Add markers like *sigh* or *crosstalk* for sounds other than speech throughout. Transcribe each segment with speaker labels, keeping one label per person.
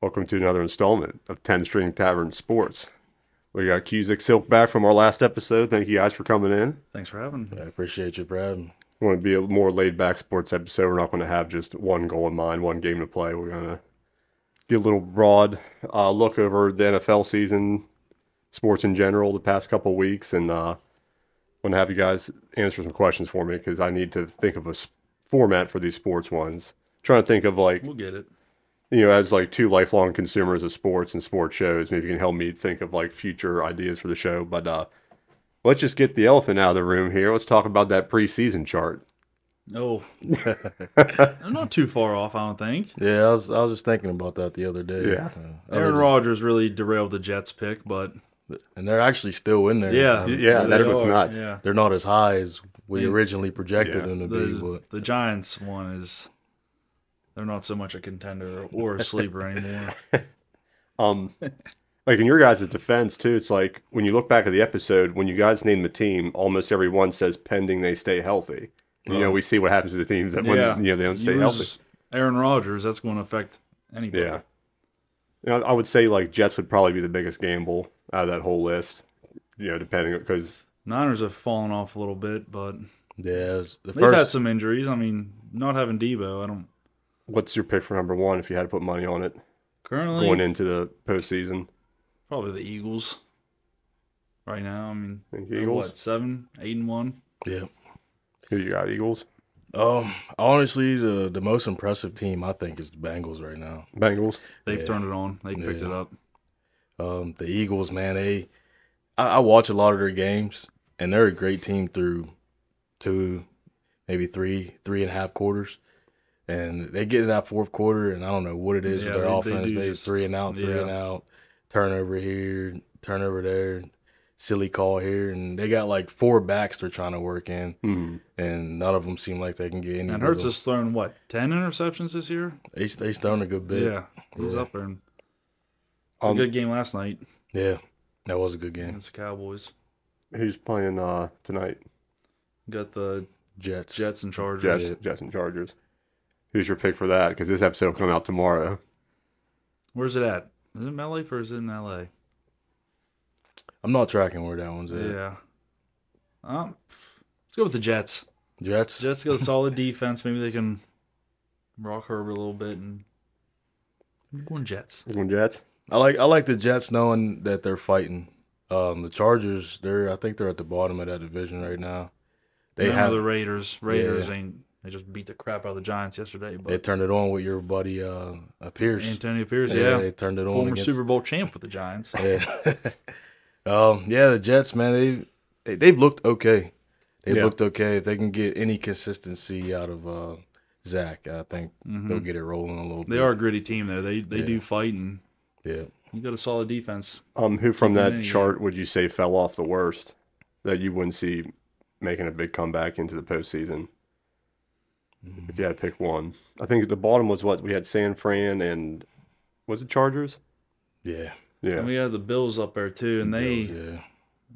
Speaker 1: Welcome to another installment of 10 String Tavern Sports. We got Cusick Silk back from our last episode. Thank you guys for coming in.
Speaker 2: Thanks for having me.
Speaker 3: I appreciate you for having me.
Speaker 1: We want to be a more laid back sports episode. We're not going to have just one goal in mind, one game to play. We're going to get a little broad uh, look over the NFL season, sports in general, the past couple weeks, and uh, want to have you guys answer some questions for me because I need to think of a s- format for these sports ones. trying to think of like
Speaker 2: We'll get it.
Speaker 1: you know, as like two lifelong consumers of sports and sports shows, maybe you can help me think of like future ideas for the show. But uh let's just get the elephant out of the room here. Let's talk about that preseason chart. *laughs*
Speaker 2: Oh, I'm not too far off, I don't think.
Speaker 3: Yeah, I was I was just thinking about that the other day.
Speaker 1: Yeah.
Speaker 3: Uh, other
Speaker 2: Aaron
Speaker 3: than-
Speaker 2: Rodgers really derailed the Jets pick, but
Speaker 3: and they're actually still in there.
Speaker 2: yeah,
Speaker 3: Um,
Speaker 1: yeah,
Speaker 2: they
Speaker 1: that's what's
Speaker 2: are,
Speaker 1: nuts.
Speaker 2: Yeah,
Speaker 3: they're not as high as we
Speaker 2: Yeah.
Speaker 3: originally projected
Speaker 1: Yeah.
Speaker 3: them to be,
Speaker 2: the,
Speaker 3: but
Speaker 2: the Giants one is they're not so much a contender or a sleeper
Speaker 3: *laughs*
Speaker 2: anymore.
Speaker 1: Um like in your guys' defense too, it's like when you look back at the episode, when you guys name the team, almost everyone says pending they stay healthy. You know,
Speaker 3: Right.
Speaker 1: we see what happens to the teams that when
Speaker 2: Yeah.
Speaker 1: you know they don't
Speaker 2: You
Speaker 1: stay healthy.
Speaker 2: lose Aaron Rodgers, that's going to affect anybody.
Speaker 1: Yeah. You know, I would say like Jets would probably be the biggest gamble out of that whole list. You know, depending because
Speaker 2: Niners have fallen off a little bit, but
Speaker 3: yeah, it's- the
Speaker 2: they've had
Speaker 3: first
Speaker 2: some injuries. I mean, not having Debo, I don't
Speaker 1: What's your pick for number one if you had to put money on it
Speaker 2: currently
Speaker 1: going into the postseason?
Speaker 2: probably the Eagles. Right now, I mean,
Speaker 1: Think
Speaker 2: they're
Speaker 1: Eagles?
Speaker 2: what seven, eight and one.
Speaker 3: yeah.
Speaker 1: Who you got? Eagles,
Speaker 3: Um, honestly, the the most impressive team I think is the Bengals right now.
Speaker 1: Bengals.
Speaker 2: They've
Speaker 3: Yeah.
Speaker 2: turned it on. They picked
Speaker 3: Yeah.
Speaker 2: it up.
Speaker 3: Um, the Eagles, man, they I, I watch a lot of their games, and they're a great team through two, maybe three, three and a half quarters, and they get in that fourth quarter, and I don't know what it is
Speaker 2: Yeah,
Speaker 3: with their
Speaker 2: they- they
Speaker 3: offense. They,
Speaker 2: do just-
Speaker 3: three and out, three
Speaker 2: yeah.
Speaker 3: and out, turnover here, turnover there, silly call here, and they got like four backs they're trying to work in,
Speaker 1: Hmm.
Speaker 3: and none of them seem like they can get any.
Speaker 2: And Hurts
Speaker 3: little-
Speaker 2: has thrown what ten interceptions this year.
Speaker 3: they they thrown a good bit.
Speaker 2: yeah, he's
Speaker 3: Yeah.
Speaker 2: up there. And it's a
Speaker 1: Um,
Speaker 2: good game last night
Speaker 3: yeah, that was a good game.
Speaker 2: against the Cowboys.
Speaker 1: Who's playing uh, tonight?
Speaker 2: Got the
Speaker 3: Jets.
Speaker 2: Jets and Chargers.
Speaker 1: Jets, Jets and Chargers. Who's your pick for that? Because this episode will come out tomorrow.
Speaker 2: Where's it at? Is it in LA or is it in LA?
Speaker 3: I'm not tracking where that one's at.
Speaker 2: Yeah. Um, let's go with the Jets.
Speaker 3: Jets.
Speaker 2: Jets got a solid
Speaker 3: *laughs*
Speaker 2: defense. Maybe they can rock Herb a little bit and I'm going Jets.
Speaker 1: You going Jets.
Speaker 3: I like I like the Jets knowing that they're fighting. Um, the Chargers, they're I think they're at the bottom of that division right now. They
Speaker 2: They have
Speaker 3: have
Speaker 2: the Raiders. Raiders
Speaker 3: Yeah.
Speaker 2: ain't. They just beat the crap out of the Giants yesterday.
Speaker 3: they
Speaker 2: But
Speaker 3: turned it on with your buddy uh, uh Pierce.
Speaker 2: Antonio Pierce,
Speaker 3: Yeah,
Speaker 2: yeah,
Speaker 3: they turned it on
Speaker 2: former
Speaker 3: against.
Speaker 2: Super Bowl champ with the Giants.
Speaker 3: *laughs* yeah. um, yeah, the Jets, man, they, they they've looked okay. They've
Speaker 1: Yeah.
Speaker 3: looked okay. If they can get any consistency out of uh, Zach, I think they'll
Speaker 2: Mhm.
Speaker 3: get it rolling a little bit.
Speaker 2: They are a gritty team though. They they
Speaker 3: Yeah.
Speaker 2: do fight and
Speaker 3: Yeah.
Speaker 2: you got a solid defense.
Speaker 1: Um, who from
Speaker 2: Keeping it
Speaker 1: that
Speaker 2: in, yeah.
Speaker 1: chart would you say fell off the worst that you wouldn't see making a big comeback into the postseason?
Speaker 2: Mm-hmm.
Speaker 1: If you had to pick one, I think at the bottom was what we had San Fran and was it Chargers?
Speaker 3: Yeah.
Speaker 1: Yeah,
Speaker 2: And we had the Bills up there too, and they
Speaker 3: yeah.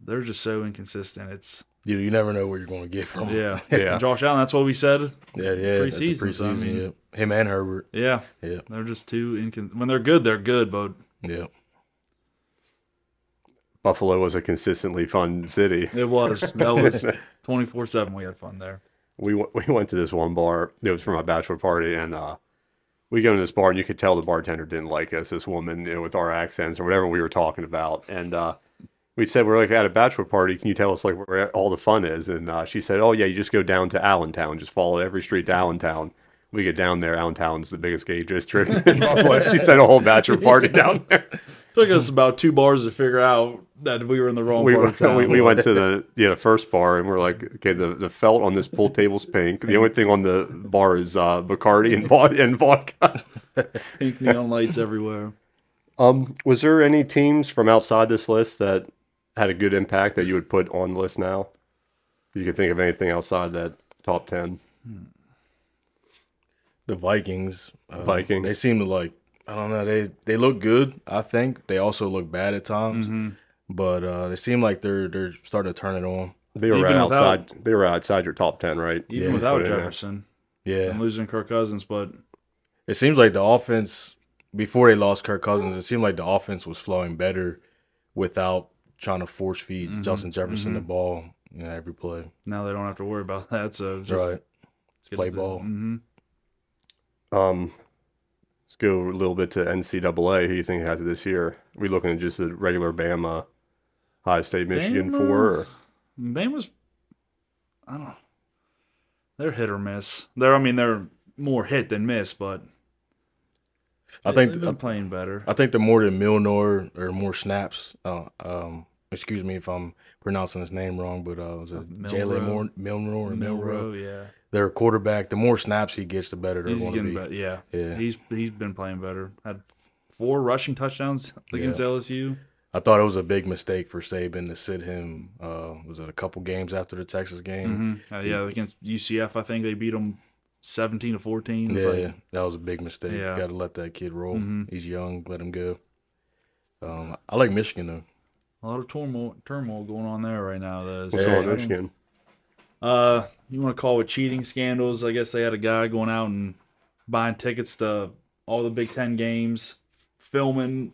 Speaker 2: they're just so inconsistent. It's
Speaker 3: You you never know what you're gonna get from 'em. *laughs*
Speaker 2: yeah.
Speaker 1: Yeah.
Speaker 2: And Josh Allen, that's what we said.
Speaker 3: Yeah, yeah. at the
Speaker 2: Preseason, so I mean-
Speaker 3: yeah. him and Herbert.
Speaker 2: Yeah.
Speaker 3: Yeah.
Speaker 2: They're just too incon when they're good, they're good, but
Speaker 3: Yeah.
Speaker 1: Buffalo was a consistently fun city.
Speaker 2: it was that
Speaker 3: *laughs*
Speaker 2: was twenty four seven we had fun there.
Speaker 1: we w- *laughs* we went to this one bar. It was for my bachelor party, and uh, we go to this bar, and you could tell the bartender didn't like us. This woman, you know, with our accents or whatever we were talking about, and uh, we said we're like at a bachelor party. Can you tell us like where all the fun is? And uh, she said, Oh yeah, you just go down to Allentown. Just follow every street to Allentown. We get down there. Allentown's the biggest gay district in Buffalo. she sent a whole bachelor party down there.
Speaker 2: Took us about two bars to figure out that we were in the wrong
Speaker 1: we,
Speaker 2: part of
Speaker 3: *laughs*
Speaker 2: town.
Speaker 1: we, we went to the yeah the first bar and we're like okay the, the felt on this pool table's pink the only thing on the bar is uh, Bacardi and, vod- and vodka
Speaker 2: Pink neon lights
Speaker 3: *laughs*
Speaker 2: everywhere.
Speaker 1: *laughs* um was there any teams from outside this list that had a good impact that you would put on the list now If you could think of anything outside that top 10
Speaker 3: The Vikings. uh,
Speaker 1: Vikings.
Speaker 3: They seem to like I don't know, they they look good, I think. They also look bad at times.
Speaker 2: Mm-hmm.
Speaker 3: But uh they seem like they're they're starting to turn it on.
Speaker 1: they were
Speaker 2: Even
Speaker 1: right
Speaker 2: without-
Speaker 1: outside they were outside your top 10 right
Speaker 2: Even
Speaker 3: Yeah,
Speaker 2: without
Speaker 1: put it in there.
Speaker 2: Jefferson.
Speaker 3: Yeah.
Speaker 2: And losing Kirk Cousins, but
Speaker 3: It seems like the offense before they lost Kirk Cousins, it seemed like the offense was flowing better without trying to force feed
Speaker 2: Mhm,
Speaker 3: Justin Jefferson the
Speaker 2: mhm.
Speaker 3: ball you know, every play.
Speaker 2: Now they don't have to worry about that. So just
Speaker 3: right. play ball.
Speaker 2: hmm
Speaker 1: Um, let's go a little bit to NCAA. Who you think has it this year? we looking at just the regular Bama, High State, Michigan
Speaker 2: Bama?
Speaker 1: four? Or,
Speaker 2: Bama's, I don't. They're hit or miss. They're I mean they're more hit than miss, but
Speaker 3: I
Speaker 2: they-
Speaker 3: think
Speaker 2: they've been playing better.
Speaker 3: I think the more than Milnor or more snaps. Uh, um, excuse me if I'm pronouncing his name wrong, but uh, was it Jalen
Speaker 2: Milrow.
Speaker 3: Moore, Milnor or Milrow?
Speaker 2: Milrow, yeah,
Speaker 3: Their quarterback. The more snaps he gets, the better they're
Speaker 2: he's
Speaker 3: going to
Speaker 2: getting
Speaker 3: be.
Speaker 2: better. Yeah.
Speaker 3: Yeah,
Speaker 2: he's he's been playing better. Had four rushing touchdowns against LSU.
Speaker 3: I thought it was a big mistake for Saban to sit him. Uh, was it a couple games after the Texas game?
Speaker 2: Mm-hmm. Uh, yeah, against UCF, I think they beat them seventeen to fourteen. It's
Speaker 3: Yeah,
Speaker 2: like,
Speaker 3: that was a big mistake.
Speaker 2: Yeah.
Speaker 3: Got to let that kid roll.
Speaker 2: Mhm.
Speaker 3: He's young. Let him go. Um, I like Michigan though.
Speaker 2: a lot of turmoil turmoil going on there right now. Though.
Speaker 1: what's
Speaker 3: Yeah.
Speaker 1: going on in Michigan?
Speaker 2: Uh, you want to call it cheating scandals? I guess they had a guy going out and buying tickets to all the Big Ten games, filming,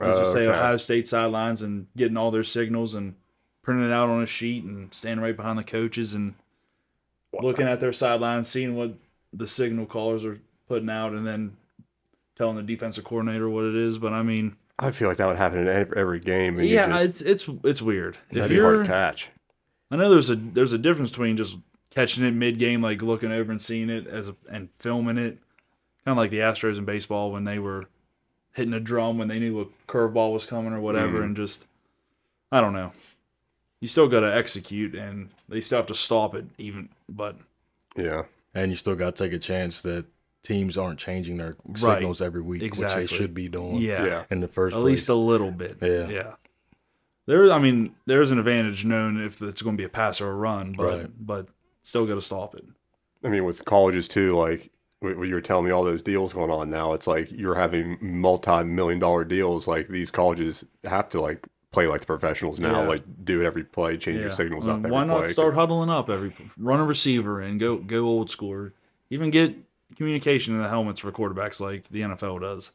Speaker 2: as you
Speaker 1: Uh,
Speaker 2: say,
Speaker 1: okay.
Speaker 2: Ohio State sidelines and getting all their signals and printing it out on a sheet and standing right behind the coaches and
Speaker 1: Wow.
Speaker 2: looking at their sidelines, seeing what the signal callers are putting out, and then telling the defensive coordinator what it is. But I mean,
Speaker 1: I feel like that would happen in ev- every game. And
Speaker 2: yeah,
Speaker 1: you just,
Speaker 2: it's it's it's weird. If
Speaker 1: that'd be hard
Speaker 2: you're,
Speaker 1: to catch.
Speaker 2: I know there's a there's a difference between just catching it mid game, like looking over and seeing it as a, and filming it, kind of like the Astros in baseball when they were hitting a drum when they knew a curveball was coming or whatever,
Speaker 3: Mm.
Speaker 1: Mhm.
Speaker 2: and just I don't know. You still got to execute, and they still have to stop it. Even, but
Speaker 1: Yeah,
Speaker 3: And you still got to take a chance that teams aren't changing their signals every week,
Speaker 2: Exactly.
Speaker 3: which they should be doing.
Speaker 2: yeah,
Speaker 1: yeah.
Speaker 3: in the first
Speaker 2: at least a little bit.
Speaker 3: Yeah.
Speaker 2: yeah. There, I mean, there's an advantage known if it's going to be a pass or a run, but
Speaker 3: Right.
Speaker 2: but still got to stop it.
Speaker 1: I mean, with colleges too, like what what you were telling me, all those deals going on now. It's like you're having multi-million dollar deals. Like these colleges have to like play like the professionals now.
Speaker 2: Yeah.
Speaker 1: Like do it every play, change your
Speaker 2: Yeah.
Speaker 1: signals
Speaker 2: Uh,
Speaker 1: up. Every
Speaker 2: Why not
Speaker 1: play.
Speaker 2: start huddling up every run a receiver and go go old score? Even get communication in the helmets for quarterbacks like the NFL does.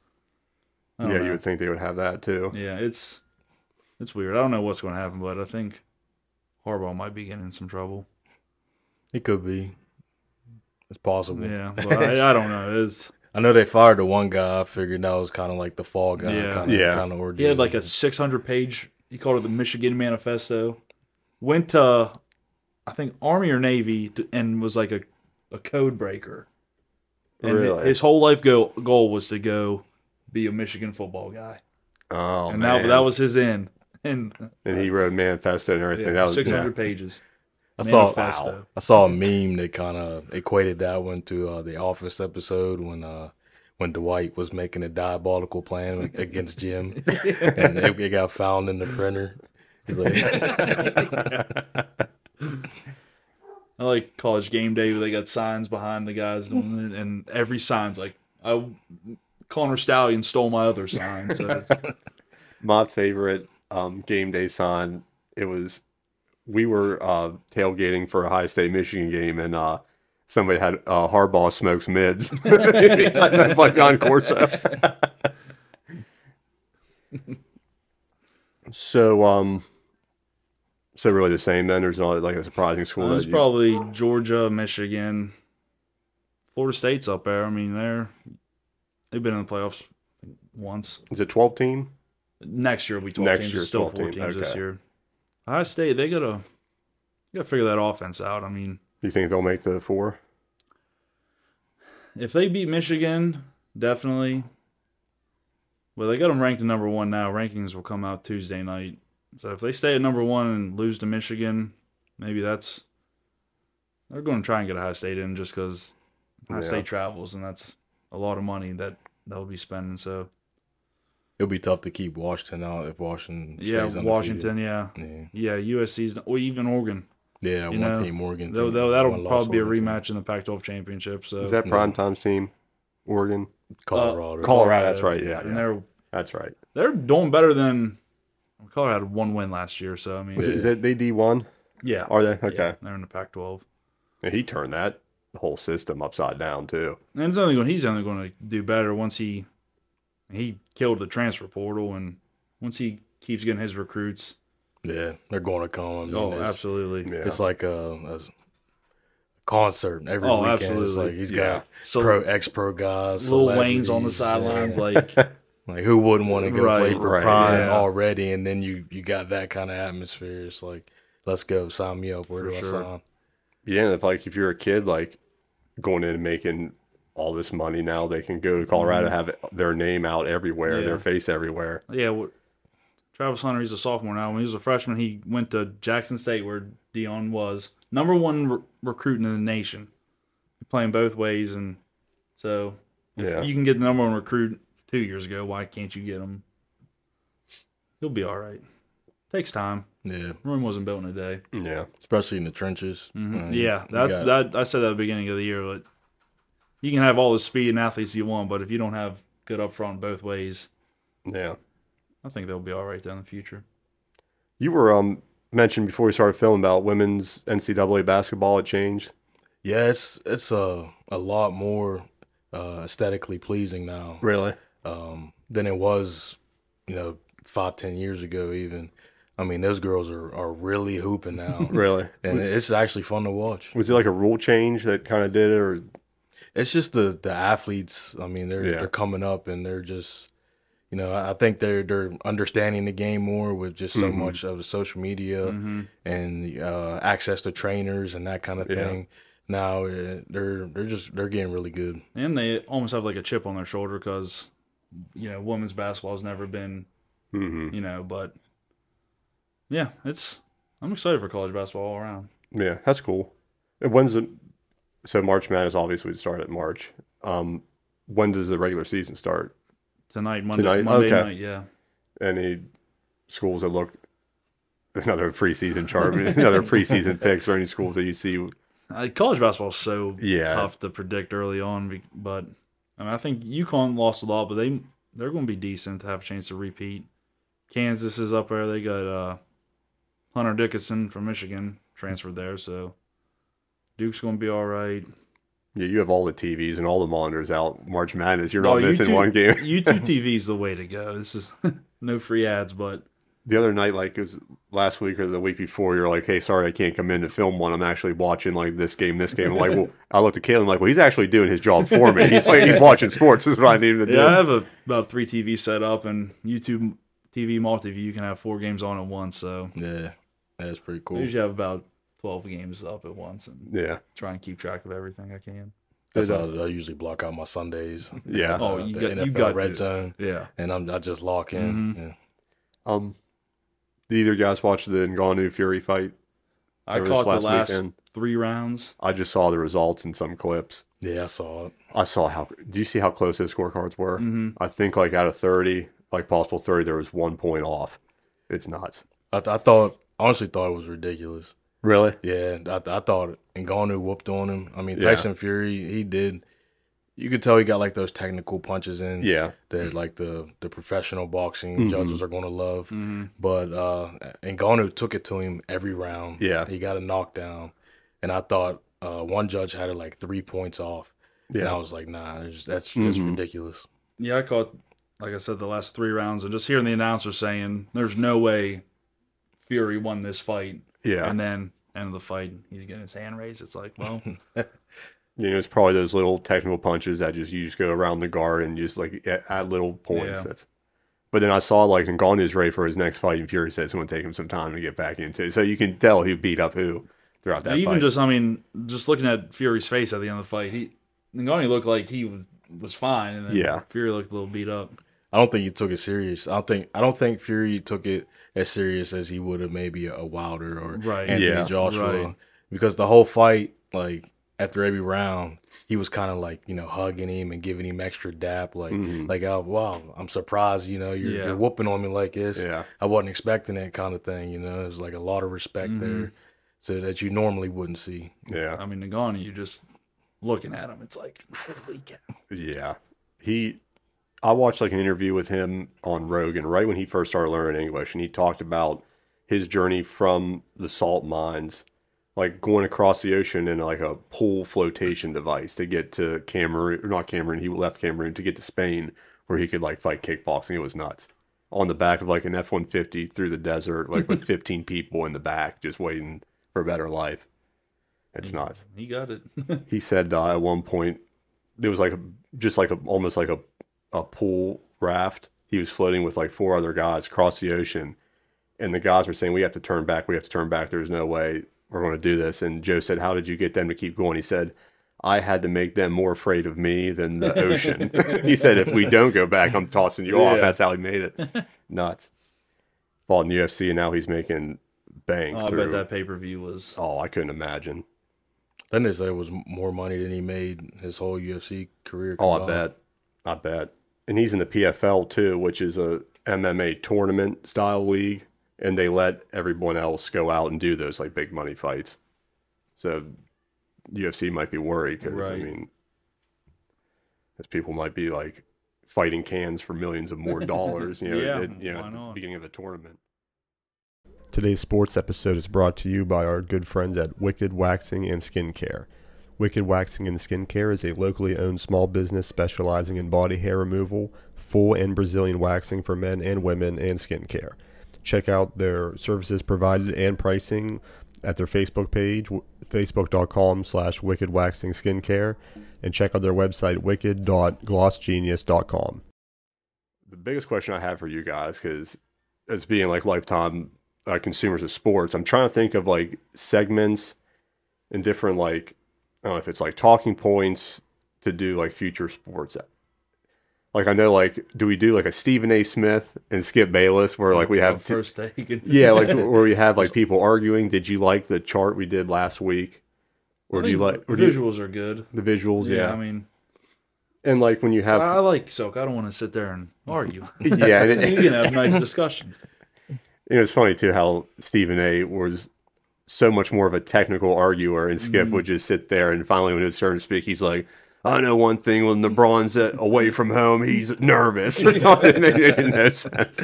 Speaker 2: I
Speaker 1: Yeah,
Speaker 2: don't
Speaker 1: you
Speaker 2: know.
Speaker 1: would think they would have that too.
Speaker 2: Oh, yeah, it's it's weird. I don't know what's going to happen, but I think Harbaugh might be getting in some trouble.
Speaker 3: it could be. It's possible.
Speaker 1: *laughs*
Speaker 2: Yeah, but I, I don't know. It's
Speaker 3: I know they fired the one guy. I figured that was kind of like the fall guy.
Speaker 2: Yeah.
Speaker 3: Kind of,
Speaker 1: Yeah.
Speaker 3: Kind of
Speaker 2: He
Speaker 3: ordeal.
Speaker 2: had like a 600 page. He called it the Michigan Manifesto. Went to, I think Army or Navy, to, and was like a, a code breaker. And
Speaker 1: Really?
Speaker 2: His whole life goal goal was to go be a Michigan football guy,
Speaker 1: Oh
Speaker 2: and
Speaker 1: man,
Speaker 2: that that was his end. And
Speaker 1: and he wrote a manifesto and everything. that was
Speaker 2: six hundred
Speaker 1: yeah.
Speaker 2: pages.
Speaker 3: I saw,
Speaker 2: Manifesto.
Speaker 3: I saw a meme that kind of equated that one to uh, the Office episode when uh, when Dwight was making a diabolical plan against
Speaker 2: *laughs*
Speaker 3: Jim, and it, it got found in the printer. He's
Speaker 1: *laughs*
Speaker 2: *laughs*
Speaker 3: like- *laughs*
Speaker 2: I like college game day where they got signs behind the guys
Speaker 1: Hmm.
Speaker 2: doing it, and every sign's like, I, Connor Stallion stole my other sign. So it's,
Speaker 1: my favorite um, game day sign. It was we were uh, tailgating for a high state Michigan game, and uh, somebody had uh, Harbaugh smokes mids. *laughs* by John Corso. *laughs* so, um, so really the same. Then there's not like a surprising school.
Speaker 2: Well,
Speaker 1: that
Speaker 2: Uh, it's
Speaker 1: you-
Speaker 2: probably Georgia, Michigan, Florida State's up there. I mean, they're they've been in the playoffs once.
Speaker 1: is it twelve team?
Speaker 2: Next year will be twelve
Speaker 1: Next
Speaker 2: teams.
Speaker 1: year,
Speaker 2: It's still
Speaker 1: 12
Speaker 2: four
Speaker 1: teams,
Speaker 2: teams this
Speaker 1: okay.
Speaker 2: year. Ohio State, they gotta gotta figure that offense out. I mean,
Speaker 1: You think they'll make the four?
Speaker 2: if they beat Michigan, definitely. Well, they got them ranked at number one now. Rankings will come out Tuesday night. So if they stay at number one and lose to Michigan, maybe that's they're going to try and get Ohio State in just because Ohio
Speaker 1: Yeah.
Speaker 2: State travels and that's a lot of money that they'll be spending. So
Speaker 3: It'll be tough to keep Washington out if Washington.
Speaker 2: yeah,
Speaker 3: stays undefeated.
Speaker 2: Washington, yeah,
Speaker 3: Yeah,
Speaker 2: yeah, USC's or even Oregon.
Speaker 3: yeah.
Speaker 2: You
Speaker 3: One
Speaker 2: know,
Speaker 3: team, Oregon.
Speaker 2: Though,
Speaker 3: team,
Speaker 2: though that'll
Speaker 3: one loss,
Speaker 2: probably be a
Speaker 3: Oregon team.
Speaker 2: rematch in the Pac-12 championship. So
Speaker 1: Is that
Speaker 3: No.
Speaker 1: prime time's team? Oregon.
Speaker 2: Uh,
Speaker 3: Colorado.
Speaker 1: Colorado, that's right, yeah,
Speaker 2: and
Speaker 1: yeah.
Speaker 2: they're
Speaker 1: That's right.
Speaker 2: they're doing better than Colorado had one win last year, so I mean,
Speaker 1: Is,
Speaker 2: yeah,
Speaker 1: is that they D one? Are they okay?
Speaker 2: Yeah, they're in the Pac-12,
Speaker 1: And he turned that whole system upside down too.
Speaker 2: and it's only going. He's only going to do better once he He killed the transfer portal, and once he keeps getting his recruits,
Speaker 3: Yeah, they're going to come. I mean,
Speaker 2: oh,
Speaker 3: it's-
Speaker 2: absolutely.
Speaker 1: Yeah.
Speaker 3: It's like a, a concert every
Speaker 2: Oh,
Speaker 3: weekend. It's
Speaker 2: absolutely.
Speaker 3: like he's
Speaker 1: Yeah.
Speaker 3: got
Speaker 2: So
Speaker 3: pro ex pro guys,
Speaker 2: Lil Wayne's on the
Speaker 3: celebrities,
Speaker 2: sidelines,
Speaker 3: yeah.
Speaker 2: like
Speaker 1: *laughs*
Speaker 3: Like who wouldn't want to go
Speaker 2: Right,
Speaker 3: play for
Speaker 1: right,
Speaker 3: Prime
Speaker 2: yeah.
Speaker 3: already? And then you you got that kind of atmosphere. It's like let's go sign me up. Where
Speaker 2: For
Speaker 3: do
Speaker 2: sure.
Speaker 3: I sign?
Speaker 1: Yeah, and if like if you're a kid, like going in and making all this money now, they can go to Colorado, have their name out everywhere,
Speaker 2: Mm-hmm. Yeah.
Speaker 1: their face everywhere.
Speaker 2: yeah. What, Travis Hunter, he's a sophomore now. When he was a freshman, he went to Jackson State, where Dion was number one re- recruit in the nation, playing both ways, and so if
Speaker 1: Yeah.
Speaker 2: you can get the number one recruit two years ago. Why can't you get him? He'll be all right. Takes time.
Speaker 3: Yeah,
Speaker 2: Room wasn't built in a day.
Speaker 1: Yeah,
Speaker 3: especially in the trenches.
Speaker 2: Mhm.
Speaker 3: Like,
Speaker 2: Yeah,
Speaker 3: Mm-hmm. you
Speaker 2: that's
Speaker 3: got-
Speaker 2: that. I said that at the beginning of the year. Like, you can have all the speed and athletes you want, but if you don't have good up front both ways,
Speaker 1: yeah.
Speaker 2: I think they'll be all right down the future.
Speaker 1: You were um mentioned before we started filming about women's NCAA basketball. It changed.
Speaker 3: Yeah, it's it's a a lot more uh, aesthetically pleasing now
Speaker 1: Really?
Speaker 3: um, than it was, you know, five ten years ago. Even, I mean, those girls are are really
Speaker 1: *laughs*
Speaker 3: hooping now,
Speaker 1: *laughs* Really?
Speaker 3: and it's actually fun to watch.
Speaker 1: Was it like a rule change that kind of did it, or
Speaker 3: It's just the the athletes. I mean, they're
Speaker 1: Yeah.
Speaker 3: they're coming up and they're just, you know, I I think they're they're understanding the game more with just so
Speaker 1: Mhm.
Speaker 3: much of the social media
Speaker 1: Mm-hmm.
Speaker 3: and uh, access to trainers and that kind of
Speaker 1: Yeah.
Speaker 3: thing. Now uh, they're they're just they're getting really good.
Speaker 2: And they almost have like a chip on their shoulder because, you know, women's basketball has never been,
Speaker 1: Mhm.
Speaker 2: you know, but yeah, it's. I'm excited for college basketball all around.
Speaker 1: yeah, that's cool. And When's the so March Madness? Obviously, would start at March. Um, when does the regular season start?
Speaker 2: Tonight, Monday,
Speaker 1: Tonight?
Speaker 2: Monday
Speaker 1: Okay.
Speaker 2: night, yeah.
Speaker 1: any schools that look another preseason chart, *laughs* another preseason picks, or any schools that you see.
Speaker 2: Uh, college basketball's so
Speaker 1: Yeah.
Speaker 2: tough to predict early on, be- but I mean, I think UConn lost a lot, but they they're going to be decent to have a chance to repeat. Kansas is up there. They got uh, Hunter Dickinson from Michigan transferred there, so Duke's going to be all right.
Speaker 1: Yeah, you have all the TVs and all the monitors out. March Madness, you're
Speaker 2: Oh,
Speaker 1: not missing
Speaker 2: YouTube-
Speaker 1: one
Speaker 2: *laughs*
Speaker 1: game. *laughs*
Speaker 2: YouTube TV's the way to go. This is *laughs* no free ads, but
Speaker 1: The other night, like it was last week or the week before, you're like, "Hey, sorry, I can't come in to film one. I'm actually watching like this game, this game." I'm like, well, *laughs* I looked at Caleb, I'm like, "Well, he's actually doing his job for me. He's like, he's watching sports. This is what I need him to do."
Speaker 2: yeah, I have a, about three TVs set up, and YouTube TV multi view you can have four games on at once. So
Speaker 3: Yeah, that's pretty
Speaker 2: I
Speaker 3: cool.
Speaker 2: usually have about twelve games up at once, and
Speaker 1: yeah,
Speaker 2: try and keep track of everything I can.
Speaker 3: That's
Speaker 1: Did,
Speaker 3: how
Speaker 1: uh,
Speaker 3: I usually block out my Sundays.
Speaker 1: yeah.
Speaker 2: Oh,
Speaker 3: Uh,
Speaker 2: you
Speaker 3: the
Speaker 2: got- you
Speaker 3: NFL
Speaker 2: got
Speaker 3: red
Speaker 2: to. Mm-hmm.
Speaker 3: zone,
Speaker 2: Yeah.
Speaker 3: and I'm I just lock in. Yeah.
Speaker 2: Oh.
Speaker 1: Um, did either guys watch the Ngannou Fury fight?
Speaker 2: I
Speaker 1: over this
Speaker 2: caught the last
Speaker 1: weekend?
Speaker 2: three rounds.
Speaker 1: I just saw the results in some clips.
Speaker 3: yeah, I saw it.
Speaker 1: I saw how. Do you see how close those scorecards were?
Speaker 2: Mhm.
Speaker 1: I think like out of thirty, like possible thirty, there was one point off. It's nuts.
Speaker 3: I, th- I thought honestly thought it was ridiculous.
Speaker 1: Really?
Speaker 3: Yeah, I, th- I thought it. And Ngannou whooped on him. I mean,
Speaker 1: Yeah.
Speaker 3: Tyson Fury, he did. You could tell he got like those technical punches in
Speaker 1: Yeah.
Speaker 3: that like the the professional boxing
Speaker 2: Mm-hmm.
Speaker 1: Mhm.
Speaker 3: judges are going to love.
Speaker 2: Mhm.
Speaker 3: But uh Ngannou took it to him every round.
Speaker 1: Yeah.
Speaker 3: He got a knockdown. And I thought uh one judge had it like three points off. And I
Speaker 1: Yeah.
Speaker 3: was like, nah, there's, that's that's
Speaker 2: Mm-hmm.
Speaker 1: Mhm.
Speaker 3: ridiculous.
Speaker 2: Yeah, I caught, like I said, the last three rounds, and just hearing the announcer saying, "There's no way Fury won this fight,"
Speaker 1: Yeah.
Speaker 2: and then end of the fight, he's getting his hand raised. It's like, well,
Speaker 1: You know, it's probably those little technical punches that just you just go around the guard and just like a- add little points.
Speaker 2: Yeah.
Speaker 1: That's. But then I saw like Ngannou's ready for his next fight, and Fury says it's going to take him some time to get back into. it. So you can tell who beat up who throughout *laughs* that
Speaker 2: even
Speaker 1: fight.
Speaker 2: just, I mean, just looking at Fury's face at the end of the fight, he Ngannou looked like he w- was fine, and then
Speaker 1: Yeah.
Speaker 2: Fury looked a little beat up.
Speaker 3: I don't think he took it serious. I don't think I don't think Fury took it as serious as he would have maybe a Wilder or
Speaker 2: Right.
Speaker 3: Anthony
Speaker 1: Yeah,
Speaker 3: Joshua.
Speaker 2: right.
Speaker 3: Because the whole fight, like after every round, he was kind of like you know hugging him and giving him extra dap, like
Speaker 1: Mhm.
Speaker 3: like oh wow, I'm surprised, you know, you're,
Speaker 2: Yeah.
Speaker 3: you're whooping on me like this.
Speaker 1: yeah.
Speaker 3: I wasn't expecting that kind of thing. You know, it was like a lot of respect
Speaker 2: Mhm.
Speaker 1: Mm-hmm.
Speaker 3: there, so that you normally wouldn't see.
Speaker 1: Yeah.
Speaker 2: I mean, Ngannou, you just looking at him, it's like, holy cow.
Speaker 1: Yeah. He I watched like an interview with him on Rogan right when he first started learning English and he talked about his journey from the salt mines like going across the ocean in like a pool flotation device to get to Cameroon or not Cameroon he left Cameroon to get to Spain where he could like fight kickboxing. It was nuts. On the back of like an F one fifty through the desert, like with fifteen people in the back, just waiting for a better life.
Speaker 2: Mm.
Speaker 1: It's nuts.
Speaker 2: He got it. *laughs*
Speaker 1: He said uh, at one point there was like a just like a almost like a a pool raft. He was floating with like four other guys across the ocean, and the guys were saying, "We have to turn back. We have to turn back. There's no way we're going to do this." And Joe said, "How did you get them to keep going?" He said. I had to make them more afraid of me than
Speaker 2: *laughs*
Speaker 1: the ocean. he said, if we don't go back, I'm tossing you off.
Speaker 2: Yeah.
Speaker 1: That's how he made it. Nuts. Fought in UFC and now he's making bank.
Speaker 2: oh, I
Speaker 1: through-
Speaker 2: bet that pay per view was.
Speaker 1: oh, I couldn't imagine.
Speaker 3: Then they said it was more money than he made his whole UFC career.
Speaker 1: Oh, I
Speaker 3: combined.
Speaker 1: bet. I bet. And he's in the PFL too, which is a MMA tournament style league, and they let everyone else go out and do those like big money fights. So UFC might be worried because I
Speaker 2: Right.
Speaker 1: mean, as people might be like fighting cans for millions of
Speaker 2: *laughs*
Speaker 1: more dollars, you know,
Speaker 2: Yeah,
Speaker 1: at, you know,
Speaker 2: why
Speaker 1: at the
Speaker 2: not?
Speaker 1: beginning of the tournament.
Speaker 4: Today's sports episode is brought to you by our good friends at Wicked Waxing and Skincare. Wicked Waxing and Skincare is a locally owned small business specializing in body hair removal, full and Brazilian waxing for men and women, and skincare. Check out their services provided and pricing at their Facebook page, w- facebook.com slash Wicked Waxing Skincare, and check out their website, wicked.glossgenius.com.
Speaker 1: the biggest question I have for you guys, because as being like lifetime uh, consumers of sports, I'm trying to think of like segments and different like I don't know if it's like talking points to do like future sports. Like I know, like do we do like a Stephen A. Smith and Skip Bayless, where like we
Speaker 2: Oh,
Speaker 1: have two,
Speaker 2: *laughs* first take. and-
Speaker 1: *laughs* yeah,
Speaker 2: *laughs*
Speaker 1: like where we have like people arguing. Did you like the chart we did last week, or
Speaker 2: I
Speaker 1: do you
Speaker 2: mean,
Speaker 1: like
Speaker 2: the
Speaker 1: or do you,
Speaker 2: visuals are good?
Speaker 1: the visuals? Yeah,
Speaker 2: I mean,
Speaker 1: and like when you
Speaker 2: I,
Speaker 1: have
Speaker 2: I like Soak. I don't want to sit there and argue.
Speaker 1: *laughs* yeah, and
Speaker 2: *laughs*
Speaker 1: it-
Speaker 2: you can
Speaker 1: *laughs*
Speaker 2: have nice discussions.
Speaker 1: you know, it's funny too how Stephen A. was so much more of a technical arguer, and Skip
Speaker 2: Mm-hmm.
Speaker 1: would just sit there. And finally, when it was turn to speak, he's like, "I know one thing: when LeBron's uh, away from home, he's nervous
Speaker 2: *laughs*
Speaker 1: or something." *laughs* It made no sense.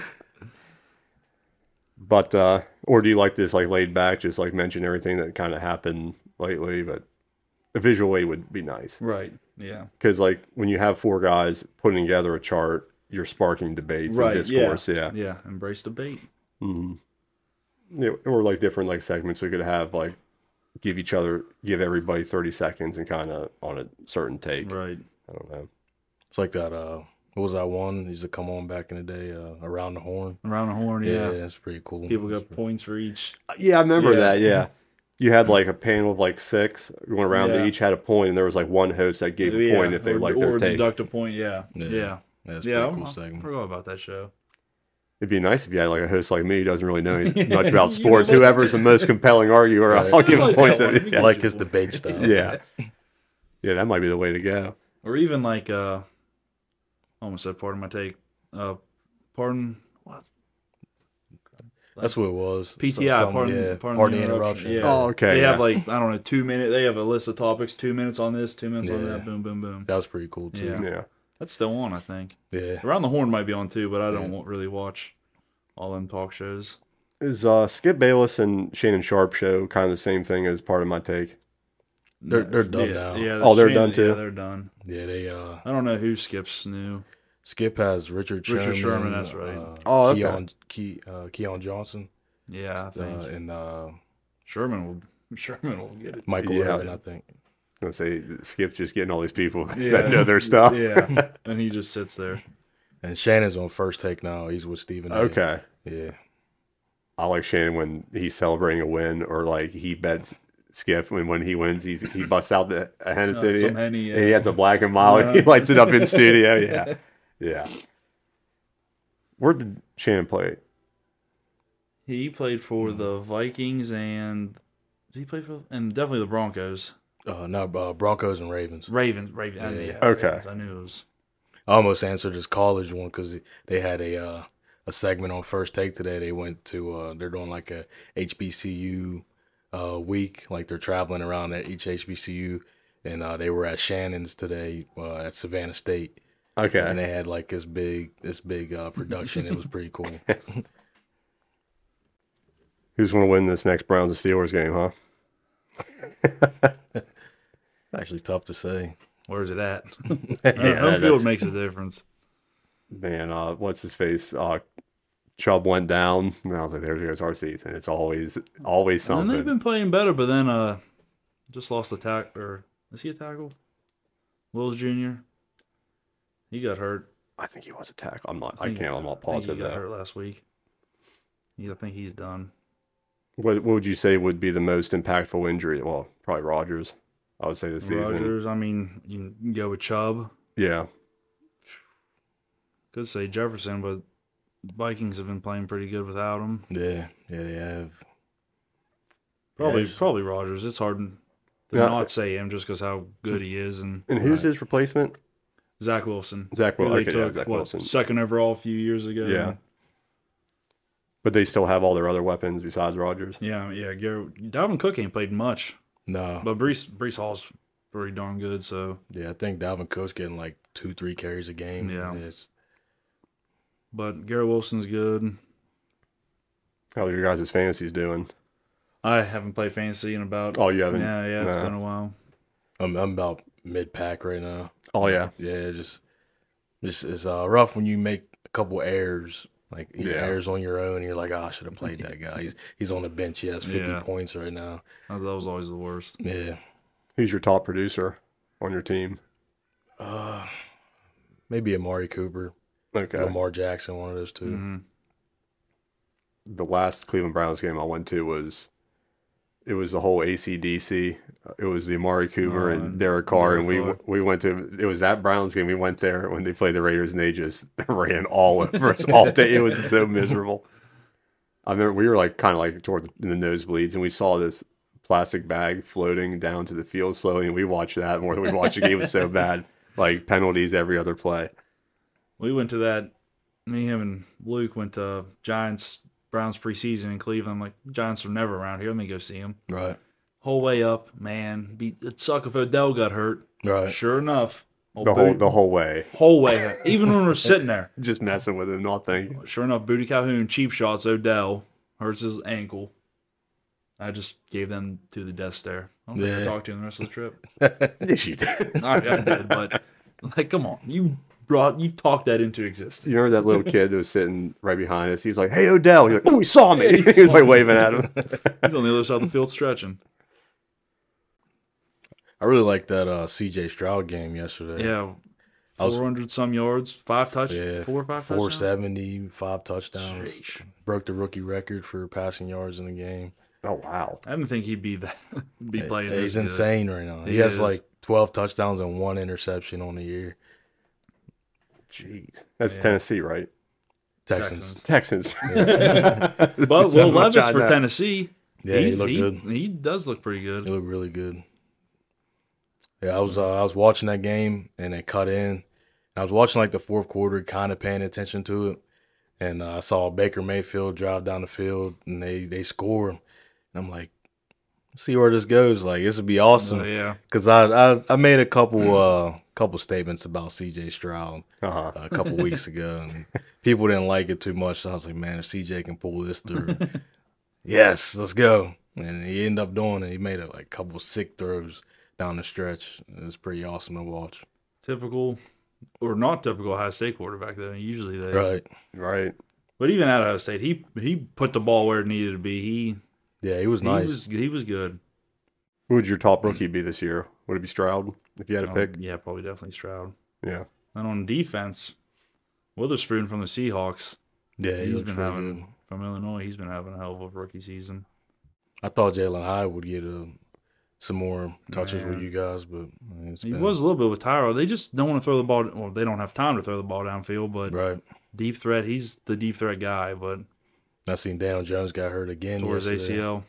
Speaker 1: But uh, or do you like this like laid back, just like mention everything that kind of happened lately? But a visual aid would be nice
Speaker 2: Right. Yeah.
Speaker 1: because like when you have four guys putting together a chart, you're sparking debates
Speaker 2: Right.
Speaker 1: and discourse.
Speaker 2: yeah.
Speaker 1: yeah.
Speaker 2: Yeah. Embrace debate. Mm-hmm.
Speaker 1: Yeah, or like different like segments we could have like give each other give everybody 30 seconds and kind of on a certain take
Speaker 2: Right.
Speaker 1: i don't know
Speaker 3: It's like that. Uh, what was that one? that Used to come on back in the day. Uh, around the horn.
Speaker 2: Around the horn.
Speaker 3: Yeah,
Speaker 2: Yeah.
Speaker 3: it's pretty cool.
Speaker 2: People got points for each.
Speaker 1: Uh, yeah i remember
Speaker 2: Yeah.
Speaker 1: that yeah you had like a panel of like six going around
Speaker 2: Yeah.
Speaker 1: they each had a point and there was like one host that gave a point if they
Speaker 2: or,
Speaker 1: liked
Speaker 2: or
Speaker 1: their take
Speaker 2: deduct a point. Yeah. Yeah.
Speaker 3: Yeah.
Speaker 2: Yeah.
Speaker 3: That's
Speaker 2: yeah
Speaker 3: yeah,
Speaker 2: I,
Speaker 3: pretty cool
Speaker 2: I
Speaker 3: segment.
Speaker 2: forgot about that show.
Speaker 1: it'd be nice if you had like a host like me who doesn't really
Speaker 2: *laughs*
Speaker 1: know any- much about sports whoever's the most compelling arguer
Speaker 3: Right.
Speaker 1: i'll give a
Speaker 2: I *laughs* *laughs* like
Speaker 1: point
Speaker 2: that
Speaker 1: to
Speaker 2: one.
Speaker 1: yeah.
Speaker 3: Like his debate style.
Speaker 1: yeah yeah that might be the way to go
Speaker 2: Or even like, uh, almost said pardon my take. Uh, pardon. What?
Speaker 3: That's what it was. So-
Speaker 2: PTI,
Speaker 3: something-
Speaker 2: pardon-
Speaker 3: yeah,
Speaker 2: pardon
Speaker 3: pardon
Speaker 2: the interruption. Yeah.
Speaker 1: oh okay
Speaker 2: they
Speaker 1: yeah.
Speaker 2: have like I don't know two minute. They have a list of topics. Two minutes on this. Two minutes on
Speaker 3: Yeah.
Speaker 2: that. Boom, boom, boom.
Speaker 3: That was pretty cool too.
Speaker 1: yeah
Speaker 2: That's still on, I think.
Speaker 3: Yeah.
Speaker 2: Around the Horn might be on too, but I don't wa- really watch all them talk shows.
Speaker 1: is uh skip bayless and shannon sharp show kind of the same thing as part of my take
Speaker 3: They're- they're done
Speaker 2: yeah,
Speaker 3: now.
Speaker 2: Yeah.
Speaker 1: Oh, they're
Speaker 2: Shannon-
Speaker 1: done, too?
Speaker 2: Yeah, they're done.
Speaker 3: Yeah, they uh
Speaker 2: I don't know who skips new.
Speaker 3: Skip has Richard Sherman.
Speaker 2: Richard Sherman, that's right.
Speaker 3: Uh,
Speaker 1: Oh, okay.
Speaker 3: Keon, Ke, uh, Keon Johnson
Speaker 2: Yeah, I
Speaker 3: uh,
Speaker 2: think
Speaker 3: and uh,
Speaker 2: Sherman will. *laughs* Sherman will get it.
Speaker 3: Michael
Speaker 1: Yeah.
Speaker 3: Irvin, I think.
Speaker 1: I was gonna say Skip's just getting all these people *laughs* *laughs*
Speaker 2: Yeah.
Speaker 1: that know their stuff.
Speaker 2: Yeah, and he just
Speaker 1: *laughs*
Speaker 2: sits there.
Speaker 3: And Shannon's on first take now. He's with Stephen. A.
Speaker 1: Okay.
Speaker 3: Yeah.
Speaker 1: I like Shannon when he's celebrating a win or like he bets Skip when, when he wins, he's he busts out the a Hennessy.
Speaker 2: Uh, some Henny, uh,
Speaker 1: and he
Speaker 2: Oh, yeah. Uh-huh.
Speaker 1: has a black and mild and *laughs* he
Speaker 2: Yeah.
Speaker 1: lights it up
Speaker 2: *laughs*
Speaker 1: in studio. Yeah. Yeah. Where did Shannon play?
Speaker 2: He played for the Vikings and did he play for and definitely the Broncos.
Speaker 3: Uh, no, uh, Broncos and Ravens.
Speaker 2: Ravens, Ravens. I knew-
Speaker 3: Yeah.
Speaker 2: yeah,
Speaker 1: Okay.
Speaker 2: Ravens, I knew it was.
Speaker 3: I almost answered his college one because they had a uh, a segment on first take today. They went to uh, they're doing like a HBCU uh, week, like they're traveling around at each HBCU, and uh, they were at Shannon's today uh, at Savannah State, and
Speaker 1: Okay.
Speaker 3: they had like this big this big uh, production. it was pretty cool.
Speaker 2: *laughs*
Speaker 1: Who's gonna win this next Browns and Steelers game,
Speaker 2: *laughs*
Speaker 1: huh?
Speaker 3: Actually, tough to say.
Speaker 2: Where's it at?
Speaker 1: Yeah,
Speaker 2: home
Speaker 1: that's-
Speaker 2: field makes a difference.
Speaker 1: man, uh, what's his face? Uh, Chubb went down, and I was like, there goes our season. It's always always
Speaker 2: And then
Speaker 1: something.
Speaker 2: they've been playing better, but then uh, just lost the tack or is he a tackle? Wills Jr. He got hurt.
Speaker 1: I think he was a tackle. I'm not. I,
Speaker 2: think he-
Speaker 1: can't. I'm not
Speaker 2: I think
Speaker 1: positive
Speaker 2: He got
Speaker 1: though.
Speaker 2: hurt last week. He- I think he's done.
Speaker 1: What, what would you say would be the most impactful injury? Well, probably Rogers. I would say this season.
Speaker 2: Rogers. I mean, you can go with Chubb.
Speaker 1: Yeah,
Speaker 2: Could say Jefferson, but Vikings have been playing pretty good without him.
Speaker 3: Yeah, yeah, they have.
Speaker 2: Probably,
Speaker 3: Yes.
Speaker 2: probably Rogers. It's hard to
Speaker 1: Yeah.
Speaker 2: not say him just because how good he is and
Speaker 1: and who's
Speaker 3: Right.
Speaker 1: his replacement?
Speaker 2: Zach Wilson.
Speaker 1: Zach
Speaker 2: who
Speaker 1: Wilson.
Speaker 2: they
Speaker 1: Okay, yeah,
Speaker 2: took,
Speaker 1: Zach
Speaker 2: what,
Speaker 1: Wilson.
Speaker 2: second overall a few years ago.
Speaker 1: Yeah. But they still have all their other weapons besides Rogers.
Speaker 2: Yeah, yeah. Garrett, Dalvin Cook ain't played much,
Speaker 3: No.
Speaker 2: but Brees Brees Hall's pretty darn good. So,
Speaker 3: yeah, I think Dalvin Cook's getting like two, three carries a game.
Speaker 2: Yeah.
Speaker 3: It's-
Speaker 2: but Garrett Wilson's good.
Speaker 1: How's your guys' fantasies doing?
Speaker 2: I haven't played fantasy in about.
Speaker 1: Oh, you haven't.
Speaker 2: yeah, yeah. It's
Speaker 1: nah.
Speaker 2: been a while.
Speaker 3: I'm, I'm about mid pack right now.
Speaker 1: Oh yeah.
Speaker 3: Yeah, it just it's, it's uh, rough when you make a couple errors, like you
Speaker 1: Yeah.
Speaker 3: errors on your own. You're like, oh, I should have played that guy. He's he's on the bench. He has 50
Speaker 2: Yeah.
Speaker 3: points right now.
Speaker 2: That that was always the worst.
Speaker 3: Yeah,
Speaker 1: Who's your top producer on your team?
Speaker 3: uh, maybe Amari Cooper,
Speaker 1: Okay.
Speaker 3: Lamar Jackson, one of those 2
Speaker 2: hmm
Speaker 1: the last Cleveland Browns game I went to was it was the whole ACDC. It was the Amari Cooper
Speaker 2: Oh,
Speaker 1: and
Speaker 2: and
Speaker 1: Derek Carr,
Speaker 2: Derek
Speaker 1: and we
Speaker 2: Carr.
Speaker 1: we went to it was that Browns game. We went there when they played the Raiders, and they just *laughs* ran all over us all day. It was so miserable. I remember we were like kind of like toward the, in the nosebleeds, and we saw this plastic bag floating down to the field slowly, and we watched that more than we watched the game. It was
Speaker 2: *laughs*
Speaker 1: so bad, like penalties every other play.
Speaker 2: We went to that. Me, him, and Luke went to Giants Browns preseason in Cleveland. I'm like, Giants are never around here. Let me go see him.
Speaker 3: Right,
Speaker 2: Whole way up, man. Be, it'd suck if Odell got hurt.
Speaker 3: right.
Speaker 2: Sure enough, old
Speaker 1: The whole
Speaker 2: Booty-
Speaker 1: the whole way,
Speaker 2: whole way up. Even when we're sitting there,
Speaker 1: just messing with him, not thinking.
Speaker 2: sure enough, Booty Calhoun cheap shots. Odell hurts his ankle. I just gave them to the death stare. I don't think I
Speaker 3: Yeah.
Speaker 2: talked to him the rest of the trip. *laughs*
Speaker 1: Yes, you did.
Speaker 2: All right, I did, but like, come on, you brought you talked that into existence.
Speaker 1: You remember that *laughs* little kid that was sitting right behind us? He was like, "Hey, Odell!" He's like, "Oh, he saw *laughs* me!" he, was like waving at him.
Speaker 2: He's on the other side of the field
Speaker 3: *laughs*
Speaker 2: stretching.
Speaker 3: I really like that uh, C.J. Stroud game yesterday.
Speaker 2: Yeah,
Speaker 3: I was-
Speaker 2: four hundred some yards, five touch,
Speaker 3: Yeah,
Speaker 2: four or five,
Speaker 3: four
Speaker 2: touchdowns?
Speaker 3: seventy, five touchdowns.
Speaker 2: Sheesh.
Speaker 3: Broke the rookie record for passing yards in the game.
Speaker 1: *laughs* Oh wow!
Speaker 2: I didn't think he'd be that *laughs* be playing. this
Speaker 3: He's
Speaker 2: good.
Speaker 3: insane right now. He,
Speaker 2: He
Speaker 3: has
Speaker 2: is.
Speaker 3: like twelve touchdowns and one interception on the year.
Speaker 1: Jeez, that's
Speaker 2: Yeah.
Speaker 1: Tennessee, right?
Speaker 3: Texans. *laughs*
Speaker 1: Texans. *laughs*
Speaker 2: But Will
Speaker 1: much
Speaker 2: Levis
Speaker 1: I
Speaker 2: for
Speaker 1: know.
Speaker 2: Tennessee,
Speaker 3: Yeah, he
Speaker 2: he's-
Speaker 3: looked
Speaker 2: he,
Speaker 3: good.
Speaker 2: he does look pretty good.
Speaker 3: He looked really good. Yeah, I was uh, I was watching that game and it cut in. And I was watching like the fourth quarter, kind of paying attention to it, and uh, I saw Baker Mayfield drive down the field and they they score, and I'm like, Let's see where this goes. Like this would be
Speaker 2: So,
Speaker 3: awesome
Speaker 2: yeah,
Speaker 3: because I, I I made a couple uh couple statements about C.J. Stroud
Speaker 1: Uh-huh.
Speaker 3: a couple weeks ago, and people didn't like it too much. So I was like, man, if CJ can pull this
Speaker 2: *laughs*
Speaker 3: through, yes, let's go. And he ended up doing it. He made it like a couple sick throws down the stretch. It was pretty awesome to watch.
Speaker 2: typical or not typical Ohio State quarterback. Though usually they,
Speaker 3: Right.
Speaker 1: Right.
Speaker 2: but even at Ohio State, he he put the ball where it needed to be. He
Speaker 3: Yeah, he was
Speaker 2: he
Speaker 3: nice.
Speaker 2: was he was good.
Speaker 1: Who would your top rookie be this year? Would it be Stroud if you had a
Speaker 2: Um,
Speaker 1: pick?
Speaker 2: yeah, probably definitely Stroud.
Speaker 1: Yeah.
Speaker 2: And on defense, Witherspoon from the Seahawks
Speaker 3: yeah, he
Speaker 2: he's
Speaker 3: was
Speaker 2: been
Speaker 3: been
Speaker 2: having- from Illinois, he's been having a hell of a rookie season.
Speaker 3: I thought Jalen Hyde would get uh, some more touches with
Speaker 2: Man.
Speaker 3: you guys, but it's
Speaker 2: He
Speaker 3: been-
Speaker 2: was a little bit with Tyro. They just don't want to throw the ball. Well, they don't have time to throw the ball downfield, but
Speaker 3: right.
Speaker 2: deep threat, he's the deep threat guy, but
Speaker 3: I seen Daniel Jones got hurt again.
Speaker 2: towards
Speaker 3: yesterday.
Speaker 2: ACL.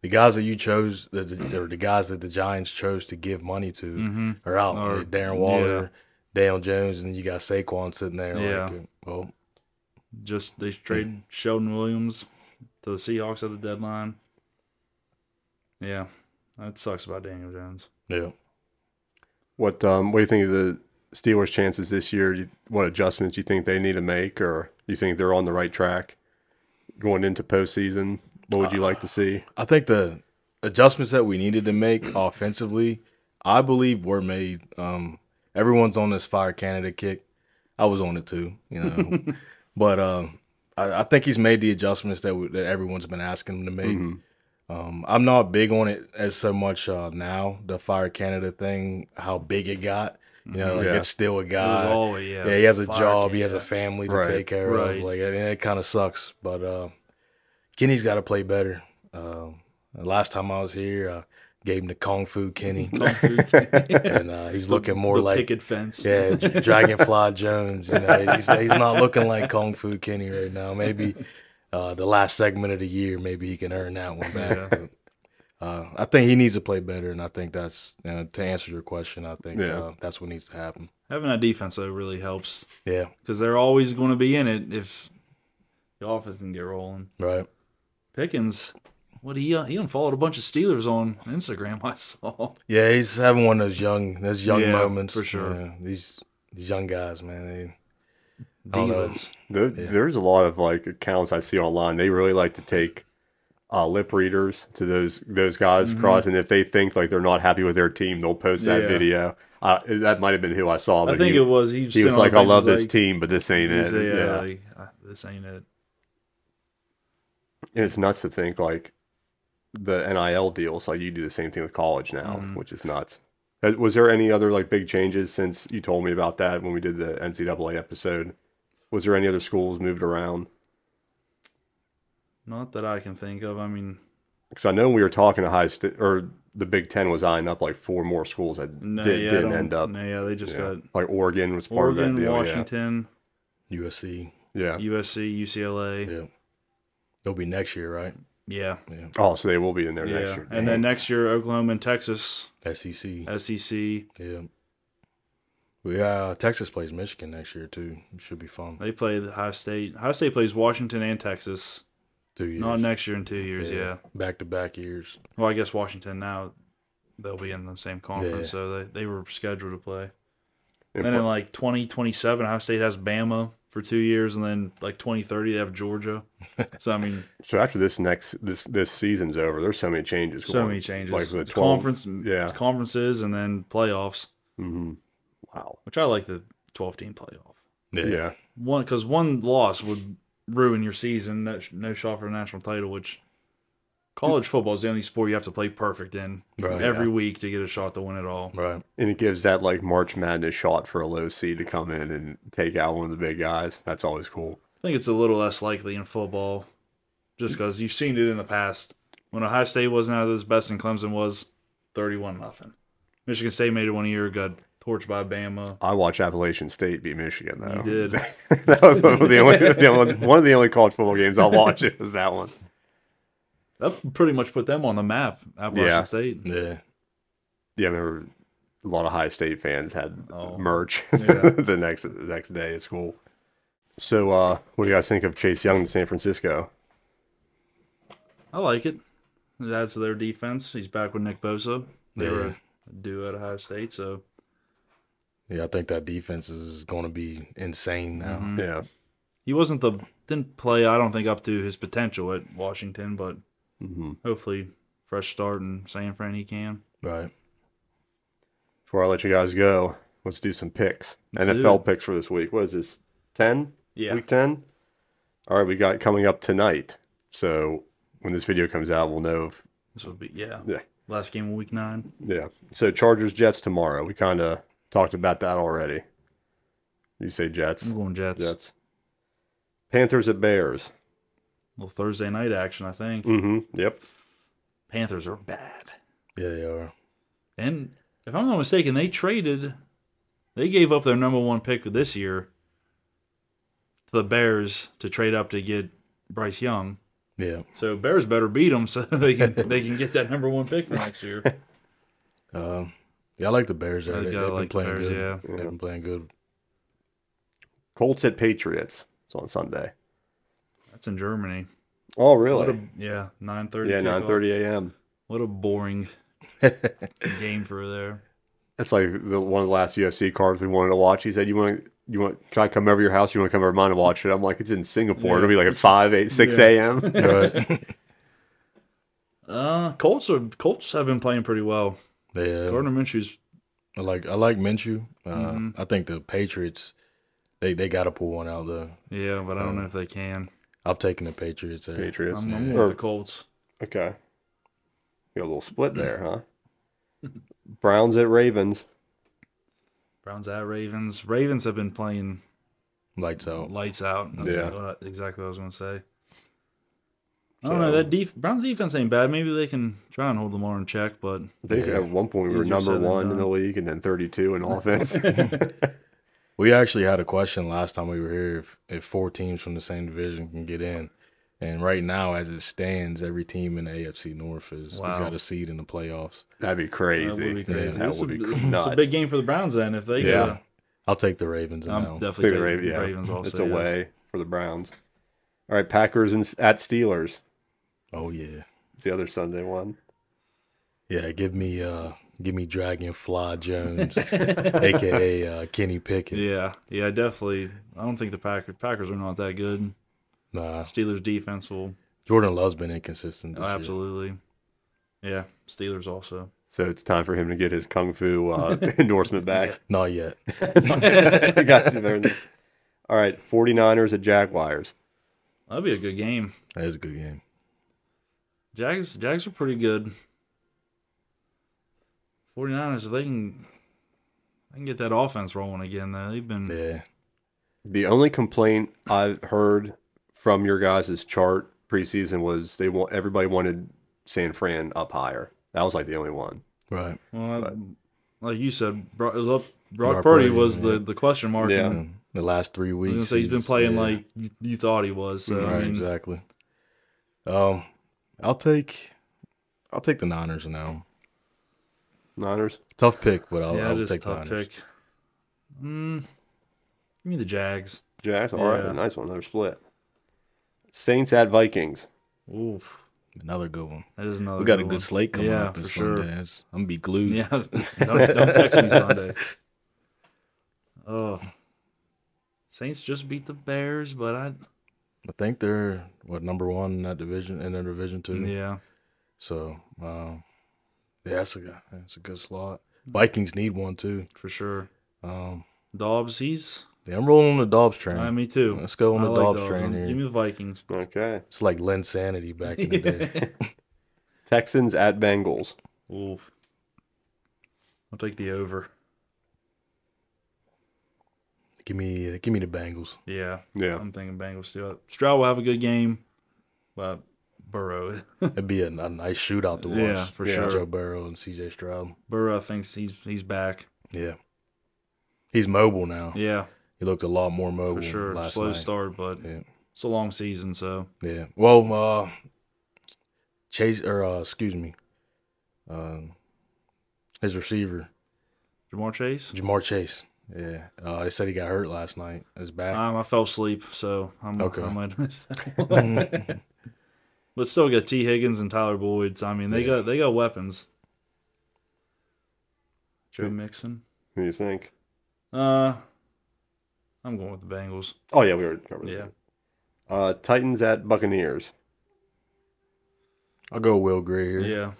Speaker 3: The guys that you chose, the, the, or the guys that the Giants chose to give money to,
Speaker 2: hmm
Speaker 3: are out.
Speaker 2: Or-
Speaker 3: Darren Waller, Daniel Jones, and you got Saquon sitting there.
Speaker 2: Yeah.
Speaker 3: Like, well,
Speaker 2: Just
Speaker 1: Hmm.
Speaker 2: they trade Sheldon Williams to the Seahawks at the deadline. Yeah, that sucks about Daniel Jones.
Speaker 3: yeah.
Speaker 1: What um, What do you think of the Steelers' chances this year? You- What adjustments you think they need to make, or you think they're on the right track going into postseason? What would you like to see?
Speaker 3: I think the adjustments that we needed to make offensively, I believe, were made. Um, everyone's on this fire Canada kick. I was on it too, you know.
Speaker 2: *laughs*
Speaker 3: but um, I, I think he's made the adjustments that we, that everyone's been asking him to make.
Speaker 2: Mm-hmm.
Speaker 1: Mhm.
Speaker 3: Um, I'm not big on it as so much uh, now. The Fire Canada thing, how big it got. You know, like
Speaker 1: Yeah.
Speaker 3: it's still a
Speaker 2: It was
Speaker 3: guy.
Speaker 2: all- yeah,
Speaker 3: Uh, yeah, he has a
Speaker 2: fire
Speaker 3: job.
Speaker 2: can-
Speaker 3: He has a *laughs*
Speaker 2: yeah.
Speaker 3: family to
Speaker 1: Right.
Speaker 3: take care
Speaker 2: Right.
Speaker 3: of. Like, and it kind of sucks. But uh, Kenny's got to play better. Um, the last time I was here, I gave him the Kung
Speaker 1: *laughs*
Speaker 3: Fu Kenny,
Speaker 2: Kung Fu Kenny.
Speaker 3: and uh, he's
Speaker 2: The-
Speaker 3: *laughs* looking more
Speaker 2: the
Speaker 3: like
Speaker 2: picket fence.
Speaker 3: yeah, Dr- Dragonfly Jones. You know, he's, he's not looking like Kung Fu Kenny right now. Maybe uh, the last segment of the year, maybe he can earn that one back.
Speaker 2: *laughs* Yeah.
Speaker 3: But, uh, I think he needs to play better, and I think that's you know, to answer your question. I think
Speaker 1: Yeah.
Speaker 3: uh, that's what needs to happen.
Speaker 2: Having a defense though really helps
Speaker 3: Yeah,
Speaker 2: because they're always going to be in it if the offense can get rolling.
Speaker 3: right.
Speaker 2: Pickens, what he he unfollowed a bunch of Steelers on Instagram. *laughs* I saw.
Speaker 3: Yeah, he's having one of those young, those young
Speaker 2: Yeah,
Speaker 3: moments
Speaker 2: for sure.
Speaker 3: Yeah, these these young guys, man. They, I don't know.
Speaker 2: Divas.
Speaker 1: There,
Speaker 3: Yeah.
Speaker 1: There's a lot of like accounts I see online. They really like to take uh, lip readers to those those guys across, and if they think like they're not happy with their team, they'll post that
Speaker 2: Mm-hmm. Yeah.
Speaker 1: video. Uh, that might have been who I saw, but
Speaker 2: I think
Speaker 1: he,
Speaker 2: it was. He,
Speaker 1: he was like, "I love this team, but this ain't it."
Speaker 2: yeah,
Speaker 1: yeah,
Speaker 2: like, "Uh, this ain't it.
Speaker 1: and it's nuts to think like the NIL deals. Like you do the same thing with college now,
Speaker 2: Mhm.
Speaker 1: which is nuts. Uh, Was there any other like big changes since you told me about that when we did the NCAA episode? Was there any other schools moved around?
Speaker 2: Not that I can think of. I mean,
Speaker 1: Because I know we were talking to high st- or the Big Ten was eyeing up like four more schools that
Speaker 2: no,
Speaker 1: did,
Speaker 2: yeah, I
Speaker 1: didn't
Speaker 2: don't-
Speaker 1: end up.
Speaker 2: No, yeah, they just
Speaker 1: Yeah.
Speaker 2: got
Speaker 1: Like Oregon was part
Speaker 2: Oregon,
Speaker 1: of that deal.
Speaker 2: Washington,
Speaker 3: USC.
Speaker 1: Yeah. yeah.
Speaker 2: USC, UCLA. Yeah.
Speaker 3: Yeah, they'll be next year, right?
Speaker 1: Oh, so they will be in there
Speaker 2: yeah.
Speaker 1: next year.
Speaker 2: and then next year, Oklahoma and Texas, E
Speaker 3: SEC.
Speaker 2: Uh, SEC.
Speaker 3: E Yeah. We uh Texas plays Michigan next year too. It should be fun.
Speaker 2: They play the High State. High State plays Washington and Texas.
Speaker 3: Two years.
Speaker 2: Not next year in two years, yeah.
Speaker 3: Back to back years.
Speaker 2: Well, I guess Washington now they'll be in the same conference,
Speaker 3: Yeah.
Speaker 2: so they, they were scheduled to play.
Speaker 1: And
Speaker 2: and then
Speaker 1: pl-
Speaker 2: like twenty twenty seven, Ohio State has Bama for two years, and then like twenty thirty, they
Speaker 1: *laughs*
Speaker 2: have Georgia. So I mean,
Speaker 1: so after this next this this season's over, there's so many changes.
Speaker 2: so
Speaker 1: going-
Speaker 2: many changes.
Speaker 1: Like the
Speaker 2: It's
Speaker 1: 12
Speaker 2: conference,
Speaker 1: yeah.
Speaker 2: conferences, and then playoffs.
Speaker 1: Mhm. Wow.
Speaker 2: Which I like the twelve team playoff
Speaker 3: Yeah.
Speaker 1: Yeah.
Speaker 2: one because one loss would ruin your season. No, no shot for a national title, which. College football is the only sport you have to play perfect in
Speaker 1: Oh,
Speaker 3: Right.
Speaker 2: every week to get a shot to win it all.
Speaker 3: Right.
Speaker 1: And it gives that like March Madness shot for a low seed to come in and take out one of the big guys. That's always cool.
Speaker 2: I think it's a little less likely in football, just because you've seen it in the past. When Ohio State wasn't out of its best and Clemson was, thirty-one nothing. Michigan State made it one year, got torched by Bama.
Speaker 1: I watched Appalachian State beat Michigan though.
Speaker 2: You did.
Speaker 1: *laughs* that was one of the only, the only one of the only college football
Speaker 2: *laughs*
Speaker 1: games I'll watch. It was that one.
Speaker 2: That pretty much put them on the map. Appalachian
Speaker 1: Yeah.
Speaker 2: State.
Speaker 3: Yeah.
Speaker 1: yeah, I remember a lot of high state fans had
Speaker 2: Oh.
Speaker 1: merch *laughs*
Speaker 2: Yeah.
Speaker 1: the next the next day at school. So, uh, what do you guys think of Chase Young in San Francisco?
Speaker 2: I like it. It adds to their defense. He's back with Nick Bosa. They
Speaker 3: Yeah.
Speaker 2: were a duo at Ohio State, so
Speaker 3: Yeah, I think that defense is gonna be insane now.
Speaker 2: mhm.
Speaker 1: Yeah,
Speaker 2: he wasn't the didn't play. I don't think up to his potential at Washington, but
Speaker 1: mm-hmm.
Speaker 2: hopefully fresh start in San Fran he can.
Speaker 3: Right.
Speaker 1: Before I let you guys go, let's do some picks.
Speaker 2: Let's do
Speaker 1: NFL
Speaker 2: it.
Speaker 1: picks for this week. What is this? Ten?
Speaker 2: Yeah.
Speaker 1: Week ten. All right, we got coming up tonight. So when this video comes out, we'll know. If,
Speaker 2: This would be yeah.
Speaker 1: Yeah.
Speaker 2: Last game of week nine.
Speaker 1: yeah. So Chargers Jets tomorrow. We kind of talked about that already. You say Jets?
Speaker 2: I'm going Jets.
Speaker 1: Jets. Panthers at Bears.
Speaker 2: Little Thursday night action, I think.
Speaker 1: Mm-hmm. Yep.
Speaker 2: Panthers are bad.
Speaker 3: Yeah, they are.
Speaker 2: And if I'm not mistaken, they traded they gave up their number one pick this year to the Bears to trade up to get Bryce Young.
Speaker 3: Yeah.
Speaker 2: So Bears better beat them so *laughs* they can they can get that number one pick for next
Speaker 3: *laughs*
Speaker 2: year.
Speaker 3: Um yeah, I like the Bears there.
Speaker 2: I
Speaker 3: They,
Speaker 2: gotta
Speaker 3: have been
Speaker 2: like the
Speaker 3: playing
Speaker 2: Bears,
Speaker 3: good.
Speaker 2: yeah.
Speaker 3: They've been
Speaker 2: *laughs*
Speaker 3: playing good.
Speaker 1: Colts at Patriots. It's on Sunday.
Speaker 2: That's in Germany.
Speaker 1: Oh,
Speaker 2: What
Speaker 1: really?
Speaker 2: a, yeah, nine thirty.
Speaker 1: yeah, nine thirty a.m.
Speaker 2: What a
Speaker 3: *laughs*
Speaker 2: boring game for there.
Speaker 1: That's like the one of the last UFC cards we wanted to watch. He said, "You want to, you want try to come over your house? You want to come over to mine and watch it?" I'm like, "It's in Singapore. It'll be like at five, eight, six
Speaker 2: Yeah.
Speaker 1: a.m."
Speaker 2: *laughs*
Speaker 3: right. *laughs*
Speaker 2: Uh, Colts are Colts have been playing pretty well.
Speaker 3: Yeah.
Speaker 2: Gardner Minshew's
Speaker 3: I like I like Minshew. Uh,
Speaker 2: Mhm.
Speaker 3: I think the Patriots They they got to pull one out though.
Speaker 2: Yeah, but I don't
Speaker 3: Um,
Speaker 2: know if they can.
Speaker 3: I'm taking the Patriots uh, there.
Speaker 1: Patriots.
Speaker 2: I'm, I'm
Speaker 3: yeah.
Speaker 2: with the Colts.
Speaker 1: Okay. Got a little split there, huh?
Speaker 2: *laughs*
Speaker 1: Browns at Ravens.
Speaker 2: Browns at Ravens. Ravens have been playing
Speaker 3: Lights out.
Speaker 2: lights out. That's
Speaker 1: Oh. Yeah.
Speaker 2: what I- exactly what I was going to say. I don't know.
Speaker 1: So-
Speaker 2: That def- Browns defense ain't bad. Maybe they can try and hold Lamar in check, but
Speaker 1: I think
Speaker 3: Yeah.
Speaker 1: at one point we were
Speaker 2: Easier said
Speaker 1: number
Speaker 2: than
Speaker 1: one in the
Speaker 2: done.
Speaker 1: league and then 32
Speaker 2: *laughs*
Speaker 1: in offense. *laughs*
Speaker 3: We actually had a question last time we were here if, if four teams from the same division can get in. And right now, as it stands, every team in the AFC North is has
Speaker 2: Wow.
Speaker 3: got a seed in the playoffs.
Speaker 1: That'd be
Speaker 2: that
Speaker 1: crazy.
Speaker 2: would be crazy.
Speaker 1: That
Speaker 2: It's a-
Speaker 1: would be
Speaker 2: *laughs* it's
Speaker 1: nuts.
Speaker 2: a big game for the Browns then. If they
Speaker 1: Yeah.
Speaker 2: yeah.
Speaker 3: I'll take the Ravens
Speaker 2: I'm
Speaker 3: now.
Speaker 2: definitely
Speaker 1: Big
Speaker 2: taking
Speaker 1: Raven-
Speaker 2: Ravens,
Speaker 1: yeah.
Speaker 2: also.
Speaker 1: it's
Speaker 2: yes.
Speaker 1: away for the Browns. All right, Packers and at Steelers.
Speaker 3: oh yeah,
Speaker 1: It's the other Sunday one.
Speaker 3: yeah. Give me uh, give me Dragonfly
Speaker 1: *laughs*
Speaker 2: *laughs*
Speaker 3: Jones, aka uh, Kenny Pickett.
Speaker 2: Yeah, yeah, definitely. I don't think the Packers Packers are not that good.
Speaker 3: Nah,
Speaker 2: Steelers defense will
Speaker 3: Jordan Love's been inconsistent. This
Speaker 2: oh, absolutely. Yeah, Steelers also.
Speaker 1: So it's time for him to get his kung fu
Speaker 2: *laughs*
Speaker 1: uh, endorsement back.
Speaker 3: year. not yet.
Speaker 1: *laughs* You got to learn this. All right, 49ers at Jaguars.
Speaker 2: That'll be a good game.
Speaker 3: That is a good game.
Speaker 2: Jags Jags are pretty good. 49ers, if they can they can get that offense rolling again though. They've been
Speaker 3: Yeah,
Speaker 1: The only complaint I've heard from your guys' chart preseason was they want everybody wanted San Fran up higher. That was like the only one.
Speaker 3: right.
Speaker 2: well
Speaker 1: But-
Speaker 2: like you said, Brock, it was up Brock,
Speaker 3: Brock
Speaker 2: Purdy
Speaker 3: Purdy,
Speaker 2: was
Speaker 3: yeah.
Speaker 2: the, the question mark.
Speaker 1: Yeah.
Speaker 2: and
Speaker 3: The last three
Speaker 2: I was
Speaker 3: weeks,
Speaker 2: gonna say he's been playing
Speaker 3: yeah.
Speaker 2: like you, you thought he was. So I
Speaker 3: right,
Speaker 2: mean,
Speaker 3: exactly. Um, I'll take, I'll take the Niners now.
Speaker 1: Niners.
Speaker 3: Tough pick, but I'll,
Speaker 2: yeah,
Speaker 3: I'll
Speaker 2: it is a
Speaker 3: take
Speaker 2: tough
Speaker 3: Niners.
Speaker 2: pick. Mm, give me the Jags.
Speaker 1: Jags. All right,
Speaker 2: Yeah.
Speaker 1: nice one. Another split. Saints at Vikings.
Speaker 2: Ooh,
Speaker 3: Another good one.
Speaker 2: that is another.
Speaker 3: We got a
Speaker 2: one.
Speaker 3: good slate coming
Speaker 2: Yeah,
Speaker 3: up this
Speaker 2: for sure.
Speaker 3: Sunday. It's- I'm gonna be glued.
Speaker 2: Yeah, don't, don't text me Sunday. *laughs* Oh, Saints just beat the Bears, but I
Speaker 3: I think they're what number one in that division in their division two.
Speaker 2: yeah
Speaker 3: So, um, yeah, that's a good- that's a good slot. Vikings need one too.
Speaker 2: for sure.
Speaker 3: Um,
Speaker 2: Dobbs, he's
Speaker 3: yeah, I'm rolling on the Dobbs train.
Speaker 2: uh, me too.
Speaker 3: Let's go on
Speaker 2: I
Speaker 3: the
Speaker 2: like
Speaker 3: Dobbs,
Speaker 2: Dobbs.
Speaker 3: train here.
Speaker 2: Give me the Vikings.
Speaker 1: Okay.
Speaker 3: It's like Len Sanity
Speaker 2: *laughs*
Speaker 3: back in the day.
Speaker 1: Texans at Bengals.
Speaker 2: Ooh, I'll take the over.
Speaker 3: give me, give me the Bengals.
Speaker 2: Yeah,
Speaker 1: Yeah.
Speaker 2: I'm thinking Bengals too. Stroud will have a good game, but Burrow.
Speaker 3: It'd be a, a nice shootout to
Speaker 2: *laughs*
Speaker 3: watch.
Speaker 2: Yeah, for
Speaker 1: Yeah.
Speaker 2: sure.
Speaker 3: Joe Burrow and CJ Stroud.
Speaker 2: Burrow thinks he's he's back.
Speaker 3: Yeah. He's mobile now.
Speaker 2: Yeah,
Speaker 3: He looked a lot more mobile
Speaker 2: for sure.
Speaker 3: Oh. last
Speaker 2: Slow
Speaker 3: night.
Speaker 2: start, but
Speaker 3: Yeah.
Speaker 2: it's a long season, so
Speaker 3: Yeah. Well, uh Chase or uh excuse me. Um his receiver,
Speaker 2: Jamar Chase.
Speaker 3: Jamar Chase. Yeah. Uh they said he got hurt last night. His back.
Speaker 2: Um, I fell asleep, so I'm
Speaker 3: Okay.
Speaker 2: I might have missed that. *laughs* one. but still got T Higgins and Tyler Boyd. So I mean, they
Speaker 3: Yeah.
Speaker 2: got they got weapons. Joe
Speaker 1: Who-
Speaker 2: Mixon.
Speaker 1: What do you think?
Speaker 2: Uh, I'm going with the Bengals.
Speaker 1: Oh yeah, we already covered
Speaker 2: Yeah.
Speaker 1: that. Uh, Titans at Buccaneers.
Speaker 3: *laughs* I'll go Will Gray here.
Speaker 2: Yeah,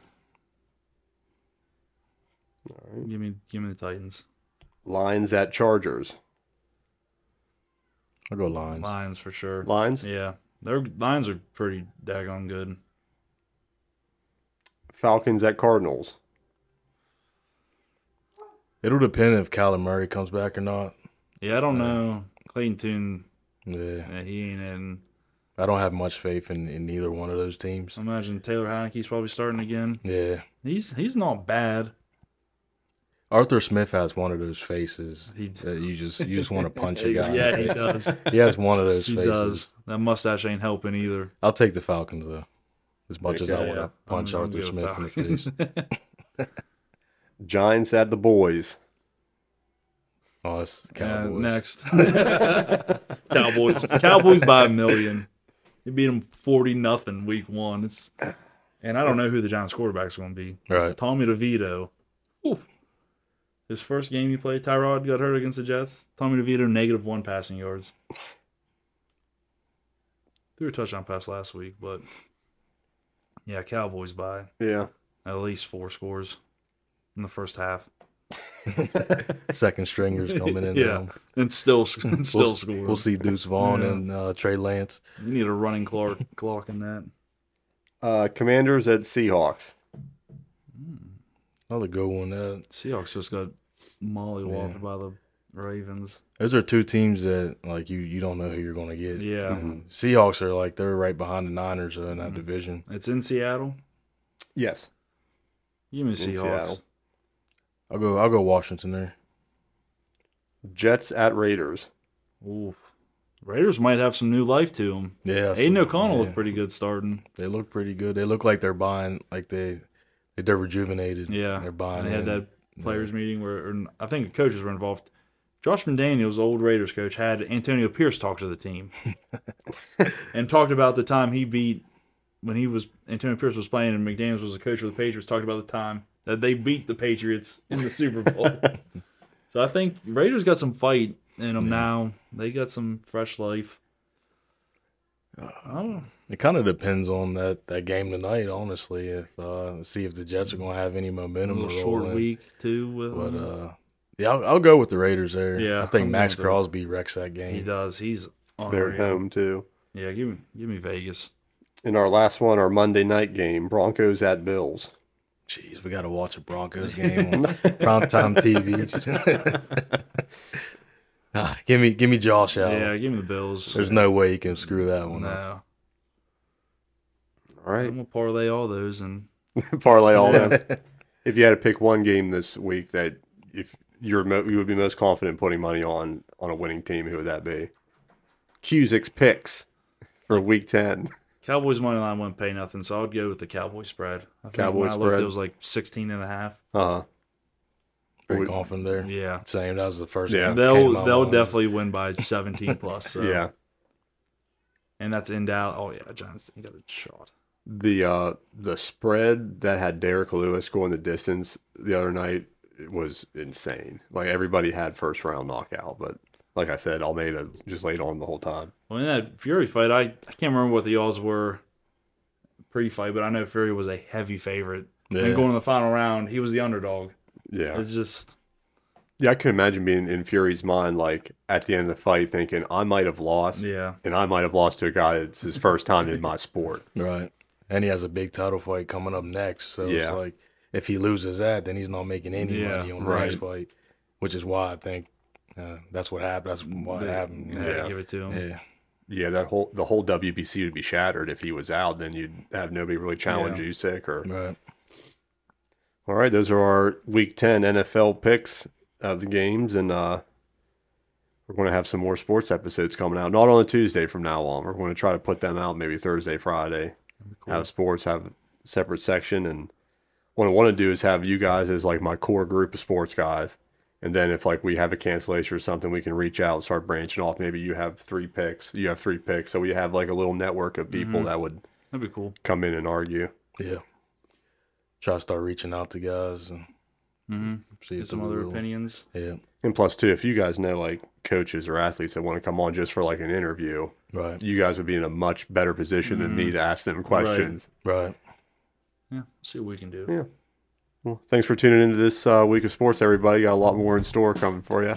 Speaker 1: All right.
Speaker 2: give me give me the Titans.
Speaker 1: Lions at Chargers.
Speaker 3: I'll go Lions.
Speaker 2: Lions for sure.
Speaker 1: Lions.
Speaker 2: Yeah, their Lions are pretty daggone good.
Speaker 1: Falcons at Cardinals.
Speaker 3: It'll depend if Kyler Murray comes back or not.
Speaker 2: Yeah, I don't
Speaker 3: Uh,
Speaker 2: know. Clayton Tune,
Speaker 3: Yeah.
Speaker 2: yeah, he ain't in.
Speaker 3: I don't have much faith in, in either one of those teams.
Speaker 2: I imagine Taylor Heineke's probably starting again.
Speaker 3: Yeah.
Speaker 2: He's he's not bad.
Speaker 3: Arthur Smith has one of those faces
Speaker 2: He
Speaker 3: that you just you just want to punch a guy. in
Speaker 2: *laughs*
Speaker 3: the
Speaker 2: yeah, he
Speaker 3: face.
Speaker 2: does.
Speaker 3: He has one of those
Speaker 2: He
Speaker 3: faces.
Speaker 2: does. That mustache ain't helping either.
Speaker 3: I'll take the Falcons though. As much as I
Speaker 1: Okay.
Speaker 3: want to punch
Speaker 2: I'm- I'm
Speaker 3: Arthur
Speaker 2: good
Speaker 3: Smith
Speaker 2: with
Speaker 3: in the
Speaker 2: Falcons. *laughs*
Speaker 3: face.
Speaker 1: Giants at the
Speaker 2: *laughs*
Speaker 1: boys. *laughs*
Speaker 3: Oh, it's
Speaker 2: Yeah,
Speaker 3: Cowboys.
Speaker 2: next, *laughs* Cowboys. Cowboys by a million. You beat them forty nothing week one. It's and I don't know who the Giants quarterback's going to be.
Speaker 3: Right.
Speaker 2: Tommy DeVito. Ooh. His first game he played, Tyrod got hurt against the Jets. Tommy DeVito negative one passing yards. Threw a touchdown pass last week, but yeah, Cowboys by
Speaker 1: Yeah.
Speaker 2: at least four scores in the first half.
Speaker 3: Second stringers coming
Speaker 2: *laughs*
Speaker 3: in.
Speaker 2: Yeah.
Speaker 3: now.
Speaker 2: and still *laughs* and still
Speaker 3: we'll,
Speaker 2: scoring.
Speaker 3: We'll see Deuce Vaughn
Speaker 2: Yeah.
Speaker 3: and uh, Trey Lance.
Speaker 2: You need a running clock clock in that.
Speaker 1: Uh, Commanders at Seahawks.
Speaker 3: Another good one. Uh,
Speaker 2: Hmm. Seahawks just got mollywalked
Speaker 3: Yeah.
Speaker 2: by the Ravens.
Speaker 3: those are two teams that like you you don't know who you're going to get.
Speaker 2: Yeah,
Speaker 1: Mhm.
Speaker 3: Seahawks are like they're right behind the Niners uh, in that
Speaker 2: Mhm.
Speaker 3: division.
Speaker 2: it's in Seattle.
Speaker 1: Yes.
Speaker 2: You mean
Speaker 1: In
Speaker 2: Seahawks?
Speaker 1: Seattle.
Speaker 3: I'll go I'll go Washington there.
Speaker 1: Jets at Raiders.
Speaker 2: Oof. Raiders might have some new life to them.
Speaker 3: Yeah,
Speaker 2: Aiden
Speaker 3: so-
Speaker 2: O'Connell
Speaker 3: yeah.
Speaker 2: looked pretty good starting.
Speaker 3: They look pretty good. They look like they're buying like they they're rejuvenated.
Speaker 2: Yeah,
Speaker 3: they're buying.
Speaker 2: And they had
Speaker 3: in.
Speaker 2: that players meeting where or, I think the coaches were involved. Josh McDaniels, old Raiders coach, had Antonio Pierce talk to the team and talked about the time he beat when he was Antonio Pierce was playing and McDaniels was the coach of the Patriots. Talked about the time that they beat the Patriots in the Super Bowl. so I think Raiders got some fight in them now. They got some fresh life. I don't know.
Speaker 3: It kind of depends on that, that game tonight, honestly. If uh, see if the Jets are going to have any
Speaker 2: A
Speaker 3: momentum.
Speaker 2: little
Speaker 3: to roll
Speaker 2: short
Speaker 3: in.
Speaker 2: week too. With
Speaker 3: but
Speaker 2: them.
Speaker 3: uh, yeah, I'll, I'll go with the Raiders there.
Speaker 2: Yeah,
Speaker 3: I think
Speaker 2: I'm
Speaker 3: Max
Speaker 2: going with
Speaker 3: Crosby wrecks that
Speaker 2: he
Speaker 3: game.
Speaker 2: does. He's on
Speaker 1: They're at home too.
Speaker 2: Yeah, give me give me Vegas.
Speaker 1: And our last one, our Monday night game, Broncos at
Speaker 2: *laughs*
Speaker 1: Bills.
Speaker 3: Jeez, we got to watch a Broncos game on primetime TV. *laughs* Ah, give me give me Josh Allen.
Speaker 2: Yeah, give me the Bills.
Speaker 3: There's no way he can screw that one up.
Speaker 2: no.
Speaker 1: All
Speaker 2: I'm
Speaker 1: right. *laughs*
Speaker 2: gonna parlay all those and
Speaker 1: Parlay all
Speaker 3: *laughs*
Speaker 1: them. if you had to pick one game this week that if you're mo- you would be most confident putting money on on a winning team, who would that be? Cusick's picks for week ten. *laughs*
Speaker 2: Cowboys money line wouldn't pay nothing, so I would go with the Cowboy spread. I think when
Speaker 1: Cowboy
Speaker 2: I looked,
Speaker 1: spread.
Speaker 2: it was like 16 and a half.
Speaker 1: Uh
Speaker 3: Very
Speaker 1: Would-
Speaker 3: confident there.
Speaker 2: Yeah,
Speaker 3: Same. That was the first.
Speaker 1: Yeah.
Speaker 3: one that came to
Speaker 2: they'll
Speaker 3: my
Speaker 2: they'll
Speaker 3: mind.
Speaker 2: definitely win by 17 plus. So.
Speaker 1: yeah.
Speaker 2: and that's in Dallas. Oh yeah, Johnson got a shot.
Speaker 1: The uh the spread that had Derek Lewis going the distance the other night was insane. Like everybody had first round knockout, but like I said, Almeida just laid on the whole time.
Speaker 2: Well, in that Fury fight, I, I can't remember what the odds were pre-fight, but I know Fury was a heavy favorite.
Speaker 3: Yeah.
Speaker 2: And going to the final round, he was the underdog.
Speaker 1: Yeah.
Speaker 2: It's just
Speaker 1: Yeah, I can imagine being in Fury's mind, like at the end of the fight, thinking, I might have lost,
Speaker 2: yeah,
Speaker 1: and I might have lost to a guy that's his first time in my sport.
Speaker 3: Right. And he has a big title fight coming up next. So
Speaker 1: Yeah.
Speaker 3: it's like if he loses that, then he's not making any
Speaker 2: Yeah,
Speaker 3: money on the next fight, which is why I think uh, that's what happened. That's why it
Speaker 2: They-
Speaker 3: happened.
Speaker 2: they had to
Speaker 1: Yeah.
Speaker 2: give it to him.
Speaker 3: Yeah.
Speaker 1: Yeah, that whole the whole WBC would be shattered if he was out. Then you'd have nobody really challenge
Speaker 2: Yeah.
Speaker 1: you sick or.
Speaker 3: Right.
Speaker 1: All right, those are our Week Ten NFL picks of the games, and uh, we're going to have some more sports episodes coming out. Not on a Tuesday from now on. We're going to try to put them out maybe Thursday, Friday. have sports, have a separate section. And what I want to do is have you guys as like my core group of sports guys. And then if like we have a cancellation or something, we can reach out, start branching off. Maybe you have three picks, you have three picks. So we have like a little network of people
Speaker 2: Mhm.
Speaker 1: that would
Speaker 2: That'd be cool.
Speaker 1: come in and argue.
Speaker 3: Yeah. Try to start reaching out to guys and
Speaker 2: Mm-hmm.
Speaker 3: see
Speaker 2: Get
Speaker 3: if
Speaker 2: some
Speaker 3: they're
Speaker 2: other
Speaker 3: real.
Speaker 2: opinions.
Speaker 3: Yeah.
Speaker 1: And plus, too, if you guys know like coaches or athletes that want to come on just for like an interview,
Speaker 3: Right.
Speaker 1: you guys would be in a much better position than me to ask them questions.
Speaker 3: Right.
Speaker 2: Yeah, see what we can do.
Speaker 1: Yeah. Well, thanks for tuning into this uh, week of sports, everybody. Got a lot more in store coming for you.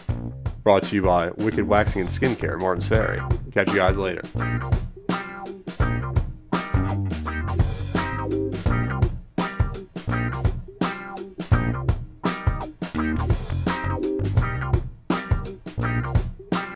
Speaker 1: Brought to you by Wicked Waxing and Skincare, Martin's Ferry. Catch you guys later.